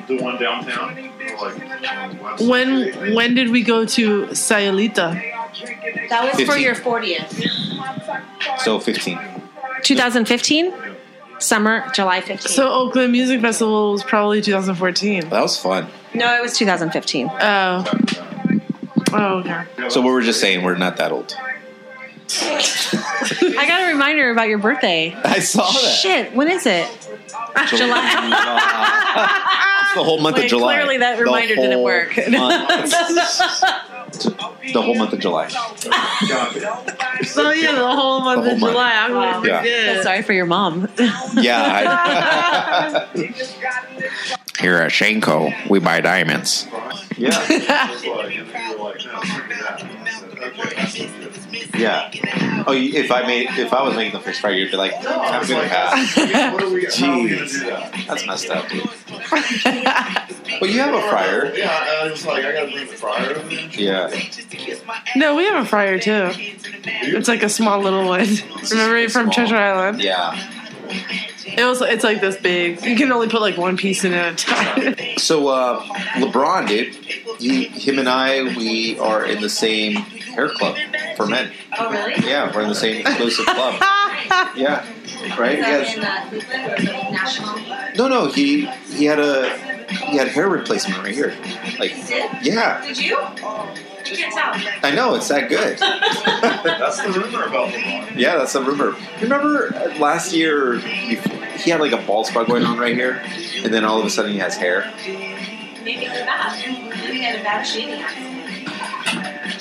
Speaker 6: The one downtown? Like,
Speaker 3: When when did we go to Sayulita?
Speaker 8: That was for
Speaker 2: 15.
Speaker 8: your 40th.
Speaker 2: So 15.
Speaker 8: 2015? Summer, July 15th.
Speaker 3: So Oakland Music Festival was probably 2014.
Speaker 2: That was fun.
Speaker 8: no, it was 2015.
Speaker 3: Oh. Oh, okay.
Speaker 2: So what we're just saying, we're not that old.
Speaker 8: I got a reminder about your birthday.
Speaker 2: I saw that.
Speaker 8: Shit, when is it? July.
Speaker 2: It's the whole month
Speaker 8: Wait,
Speaker 2: of July.
Speaker 8: clearly that
Speaker 2: The
Speaker 8: reminder didn't
Speaker 2: whole
Speaker 8: work.
Speaker 2: month. the whole month of July.
Speaker 3: So Oh, yeah, the whole
Speaker 2: The whole
Speaker 3: month of
Speaker 2: month.
Speaker 3: July. I'm gonna
Speaker 2: Yeah.
Speaker 3: forget.
Speaker 8: Sorry for your mom.
Speaker 2: Yeah. I, here at Shanko, we buy diamonds. Yeah. Oh, you- if I made, if I was making the fish fry, you'd be like, "Oh, I'm gonna pass.
Speaker 6: what are we, how are we gonna do that?
Speaker 2: That's messed up. Dude. Well, you have a fryer.
Speaker 6: Yeah, I was like, I gotta bring the fryer. over there.
Speaker 2: Yeah.
Speaker 3: No, we have a fryer too. It's like a small little one. Remember from
Speaker 2: small.
Speaker 3: Treasure Island?
Speaker 2: Yeah.
Speaker 3: It was. It's like this big. You can only put like one piece in at a time.
Speaker 2: So, uh, LeBron, dude, he, him and I, we are in the same hair club for men.
Speaker 7: Oh, really?
Speaker 2: Yeah, we're in the same exclusive club. Yeah. Right? Yes.
Speaker 7: uh,
Speaker 2: No, no, he he had a he had hair replacement right here. Like, yeah,
Speaker 7: Did you? You can't tell.
Speaker 2: I know it's that good.
Speaker 6: That's the rumor about LeBron.
Speaker 2: Yeah, that's a rumor. You remember uh, last year he he had like a bald spot going on right here, and then all of a sudden he has hair.
Speaker 7: Maybe it was bad. Maybe he had a bad shaving accident. I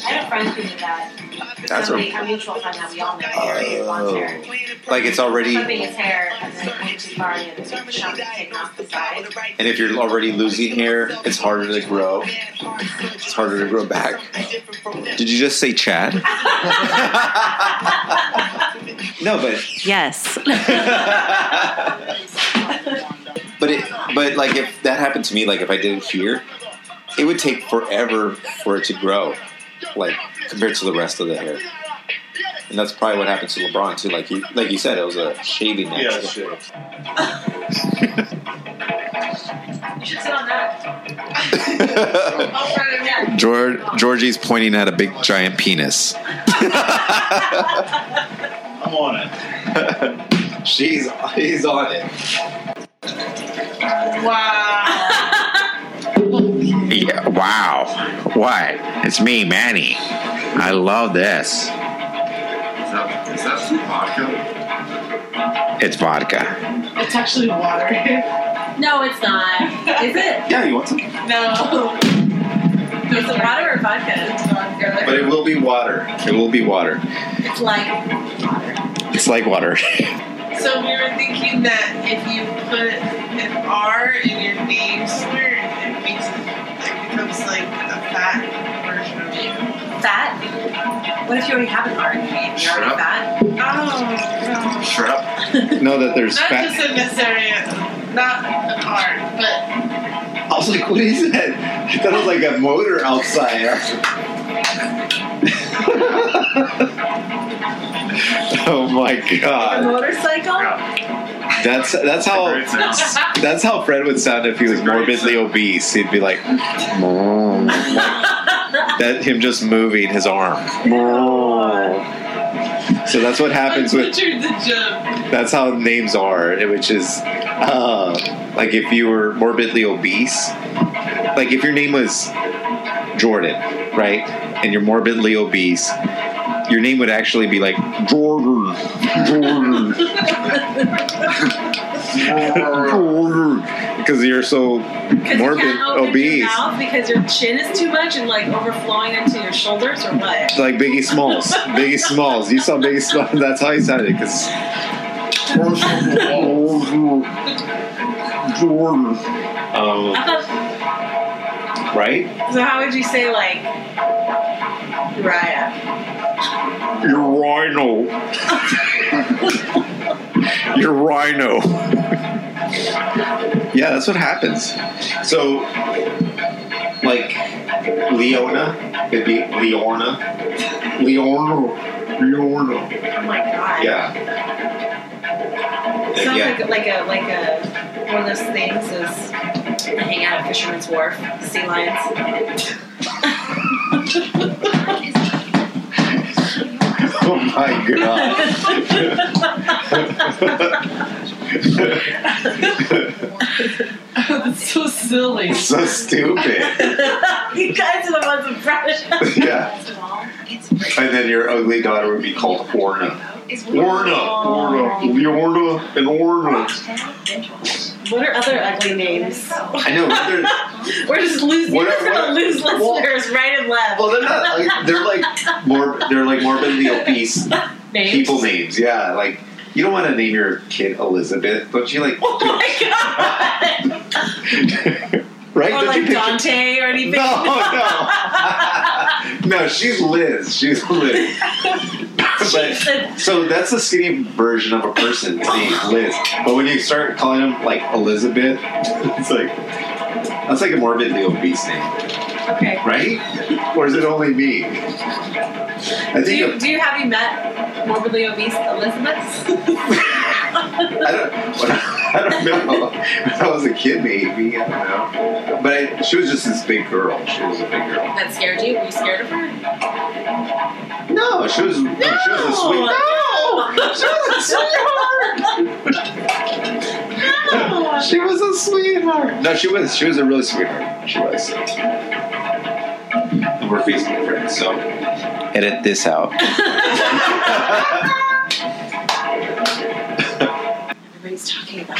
Speaker 7: had a friend who did that.
Speaker 2: That's
Speaker 7: Somebody,
Speaker 2: a-
Speaker 7: a mutual friend that we all know. Uh, blonde hair.
Speaker 2: Like it's already,
Speaker 7: Clipping his hair and then going too far and it was taken off the side.
Speaker 2: and if you're already losing hair, it's harder to grow. It's harder to grow back. Did you just say Chad? no, but
Speaker 8: Yes.
Speaker 2: But it, but like if that happened to me, like if I did it here, it would take forever for it to grow, like compared to the rest of the hair. And that's probably what happened to LeBron too. Like you, like you said, it was a shaving
Speaker 6: Yeah,
Speaker 2: accident.
Speaker 6: shit.
Speaker 7: You should sit on that. Oh, right, yeah.
Speaker 2: George, Georgie's pointing at a big giant penis.
Speaker 6: I'm on it.
Speaker 2: She's he's on it.
Speaker 3: Wow.
Speaker 2: Yeah. Wow. What? It's me, Manny. I love this.
Speaker 6: that, is that vodka?
Speaker 2: It's vodka.
Speaker 3: It's actually water.
Speaker 8: No, it's not. Is it?
Speaker 10: Yeah, you want some?
Speaker 8: No. Is it water or vodka?
Speaker 10: But it will be water. It will be water.
Speaker 8: It's like
Speaker 2: It's like water.
Speaker 12: So we were thinking that if you put an R in your name somewhere, it makes it, it becomes like a fat version of you.
Speaker 8: fat. What if you already have an R in your name? You're already
Speaker 10: Sure.
Speaker 8: fat.
Speaker 12: Oh no!
Speaker 10: Shut up.
Speaker 2: know that there's
Speaker 12: Not
Speaker 2: fat.
Speaker 12: just a necessary, not an R, but
Speaker 10: I was like, what is that? I thought it was like a motor outside.
Speaker 2: Oh my
Speaker 8: A
Speaker 2: god.
Speaker 8: motorcycle?
Speaker 2: That's that's how
Speaker 6: Great sense.
Speaker 2: that's how Fred would sound if he was morbidly obese. He'd be like, "Mm." that him just moving his arm. So that's what happens
Speaker 12: I
Speaker 2: with
Speaker 12: pictured the jump.
Speaker 2: That's how names are, which is uh, like if you were morbidly obese, like if your name was Jordan, right? And you're morbidly obese, your name would actually be like Jordan, Jordan, Jordan, because you're so
Speaker 8: Because you
Speaker 2: morbid
Speaker 8: can't open your
Speaker 2: obese,
Speaker 8: mouth because your chin is too much and like overflowing into your shoulders or what?
Speaker 2: like Biggie Smalls. Biggie Smalls, you saw Biggie Smalls. That's how he sounded because
Speaker 6: Oh,
Speaker 2: Jordan, um,
Speaker 8: I thought,
Speaker 2: right?
Speaker 8: so how would you say like Uriah?
Speaker 2: Your rhino. Your rhino. yeah, that's what happens.
Speaker 10: So, like, Leona, it'd be Leona. Leona. Leona.
Speaker 8: Oh my god.
Speaker 10: Yeah.
Speaker 8: Sounds
Speaker 10: yeah.
Speaker 8: like like a like a one of those things is I hang out at Fisherman's Wharf, sea lions.
Speaker 10: Oh my god.
Speaker 12: That's so silly.
Speaker 10: so stupid.
Speaker 8: you guys are the ones with fresh.
Speaker 10: Yeah. And then your ugly daughter would be called Orna. Orna. Orna. Leona and Orna.
Speaker 8: what are other ugly names?
Speaker 10: I know. but they're-
Speaker 8: We're just losing.
Speaker 10: What
Speaker 8: We're
Speaker 10: are-
Speaker 8: just gonna
Speaker 10: what are-
Speaker 8: lose
Speaker 10: well-
Speaker 8: listeners right and left.
Speaker 10: Well, they're not. Like, they're like more. They're like morbidly obese
Speaker 8: names.
Speaker 10: people names. Yeah, like you don't want to name your kid Elizabeth, don't you? Like,
Speaker 8: Oh my god!
Speaker 10: right?
Speaker 8: or
Speaker 10: Don't you
Speaker 8: like
Speaker 10: picture-
Speaker 8: Dante or anything.
Speaker 10: No, no, no. She's Liz. She's Liz. but, so that's the skinny version of a person's name, Liz. But when you start calling them like Elizabeth, it's like that's like a morbidly obese name,
Speaker 8: okay.
Speaker 10: right? Or is it only me? I
Speaker 8: Do
Speaker 10: think
Speaker 8: you, do you have you met morbidly obese Elizabeth?
Speaker 10: I don't, when I, I don't know. When I was a kid, maybe. I don't know. But I, she was just this big girl. She was a big girl.
Speaker 8: that scared you? Were you scared of her?
Speaker 10: No, she was. No, she was a sweet.
Speaker 8: No!
Speaker 10: She was a sweetheart. she was a sweetheart. No, she was. She was a really sweetheart. She was. And we're Facebook friends, so
Speaker 2: Edit this out.
Speaker 8: Everybody's talking about.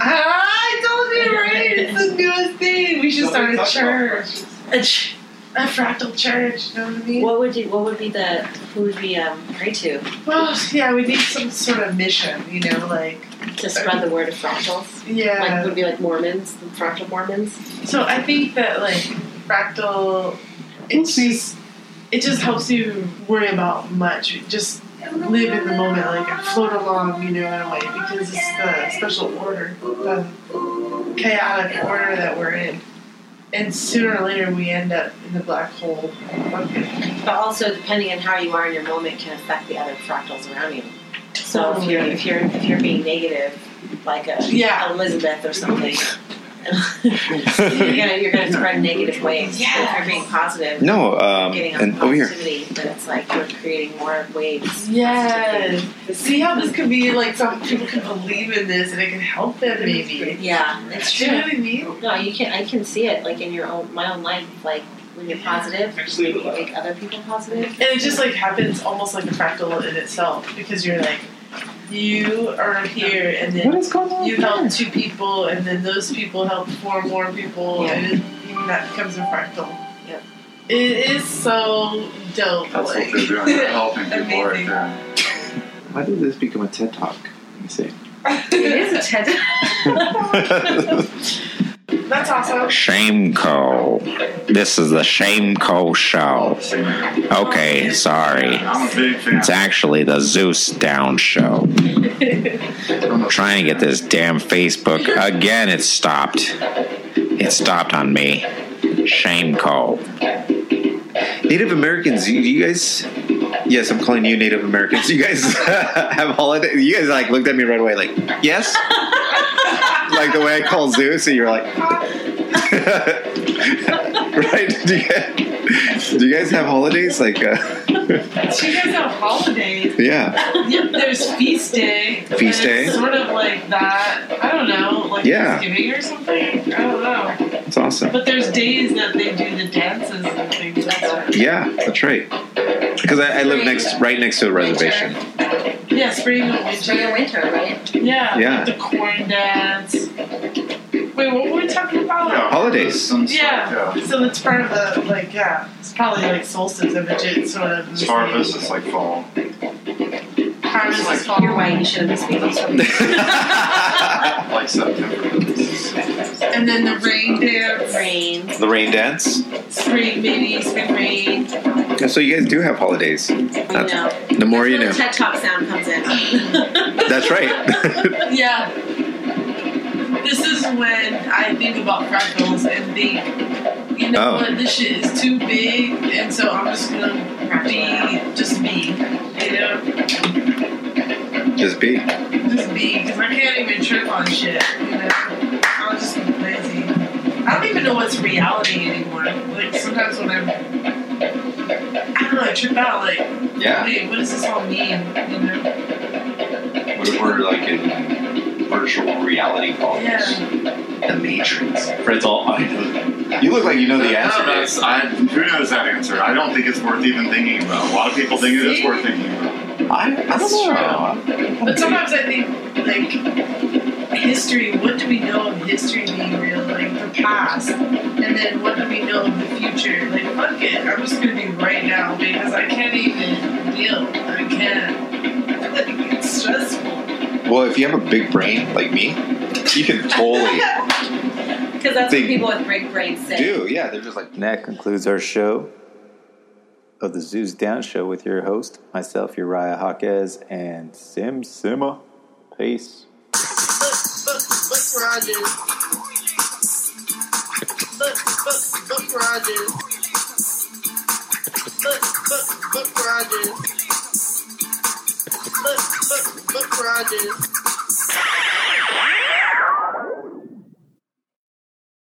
Speaker 12: I told you right. It's the newest thing. We should start a church,
Speaker 8: it.
Speaker 12: a fractal church. You know what I mean?
Speaker 8: What would you? What would be the? Who would we um, pray to
Speaker 12: Well, yeah, we need some sort of mission. You know, like
Speaker 8: to spread the word of fractals? Like
Speaker 12: yeah.
Speaker 8: would it be like Mormons, the fractal Mormons?
Speaker 12: So I think that like fractal, it just it just helps you worry about much. You Just live in the moment, like and float along, you know, in a way because it's the special order, the chaotic order that we're in. And sooner or later, we end up in the black hole. bucket.
Speaker 8: But also, depending on how you are in your moment, can affect the other fractals around you. So if you're if you're if you're being negative, like a
Speaker 12: Yeah.
Speaker 8: Elizabeth or something, you're gonna you're gonna spread negative waves. If you're being positive,
Speaker 2: No, um,
Speaker 8: getting
Speaker 2: and
Speaker 8: on
Speaker 2: over here.
Speaker 8: positivity, but it's like you're creating more waves.
Speaker 3: Yes. See how this could be like some people can believe in this and it can help them maybe.
Speaker 8: Yeah, it's
Speaker 3: Do you know
Speaker 8: true.
Speaker 3: what I mean?
Speaker 8: No, you can. I can see it like in your own my own life. Like when you're positive, you make other people positive.
Speaker 3: And it just like happens almost like a fractal in itself because you're like, you are here and then you help two people and then those people help four more people
Speaker 8: Yeah.
Speaker 3: and then that becomes a fractal.
Speaker 8: Yep.
Speaker 3: It is so dope.
Speaker 10: That's
Speaker 3: like,
Speaker 10: what they're doing. They're helping people
Speaker 3: Amazing.
Speaker 10: right there.
Speaker 13: Why did this become a TED Talk? Let me see.
Speaker 8: It is a TED.
Speaker 3: That's awesome.
Speaker 2: Shame Co. This is the Shame Co show. Okay, sorry.
Speaker 10: I'm a big fan.
Speaker 2: It's actually the Zeus Down show. I'm trying to get this damn Facebook. Again, it stopped. It stopped on me. Shame Co. Native Americans, you, you guys. Yes, I'm calling you Native Americans. You guys have holiday. You guys like looked at me right away, like yes, like the way I call Zeus, and you're like, right? Do you, guys, do you guys have holidays? Like, uh,
Speaker 3: She guys have holidays.
Speaker 2: yeah,
Speaker 3: Yep, there's feast day.
Speaker 2: Feast
Speaker 3: and it's
Speaker 2: day?
Speaker 3: Sort of like that. I don't know, like
Speaker 2: Yeah.
Speaker 3: Thanksgiving or something. I don't know.
Speaker 2: it's awesome.
Speaker 3: But there's days that they do the dances and things like that.
Speaker 2: Yeah, that's right. Because I, I live next, right next to a reservation.
Speaker 3: Yeah, spring and
Speaker 8: Spring and
Speaker 3: winter.
Speaker 8: winter, right?
Speaker 3: Yeah,
Speaker 2: Yeah.
Speaker 3: Like the corn dance. Wait, what were we talking
Speaker 10: Yeah,
Speaker 3: about?
Speaker 2: Holidays.
Speaker 10: some stuff,
Speaker 3: Yeah. So that's part of the like yeah. It's probably like solstice of it sort of.
Speaker 10: It's harvest. It's like fall.
Speaker 3: Harvest is fall.
Speaker 8: You're right. You should have been speaking. So
Speaker 10: Like September.
Speaker 3: And then the rain dance.
Speaker 8: rain.
Speaker 2: the rain dance.
Speaker 3: Spring maybe spring rain.
Speaker 2: Yeah, So you guys do have holidays.
Speaker 8: You know.
Speaker 2: The more you
Speaker 8: Where
Speaker 2: know.
Speaker 8: the TED Talk sound comes in.
Speaker 2: That's right.
Speaker 3: Yeah. This is when I think about fractals and think, you know
Speaker 2: Oh.
Speaker 3: what, this shit is too big, and so I'm just gonna be just me. You know?
Speaker 2: Just be.
Speaker 3: Just be, because I can't even trip on shit, you know? I'm just crazy. I don't even know what's reality anymore. Like, sometimes when I'm. I don't know, I trip out, like,
Speaker 13: Yeah.
Speaker 3: wait, what does this all mean? You know?
Speaker 13: What if we're like in virtual reality falls?
Speaker 3: Yeah.
Speaker 13: The Matrix. Fred's all I know. You look like you know the answer.
Speaker 10: No, that's, I, who knows that answer? I don't think it's worth even thinking about. A lot of people think it is worth thinking about.
Speaker 13: I, I
Speaker 3: That's
Speaker 13: don't
Speaker 3: true.
Speaker 13: know.
Speaker 3: But sometimes I think, like, history, what do we know of history being real? Like, the past. And then what do we know of the future? Like, fuck it. I'm just going to be right now because I can't even deal. I can't. Like, it's stressful.
Speaker 13: Well, if you have a big brain like me, you can totally
Speaker 8: Because
Speaker 2: Think-
Speaker 8: that's what people with big brains say.
Speaker 13: do. Yeah, they're just like
Speaker 2: And that concludes our show of the Zoos Down Show with your host, myself, Uriah Hawkes, and Sim Sima. Peace.
Speaker 3: Look, look, look where I just. Look, look, look where I just. Look, look, look where I just. Look, look, look where I just.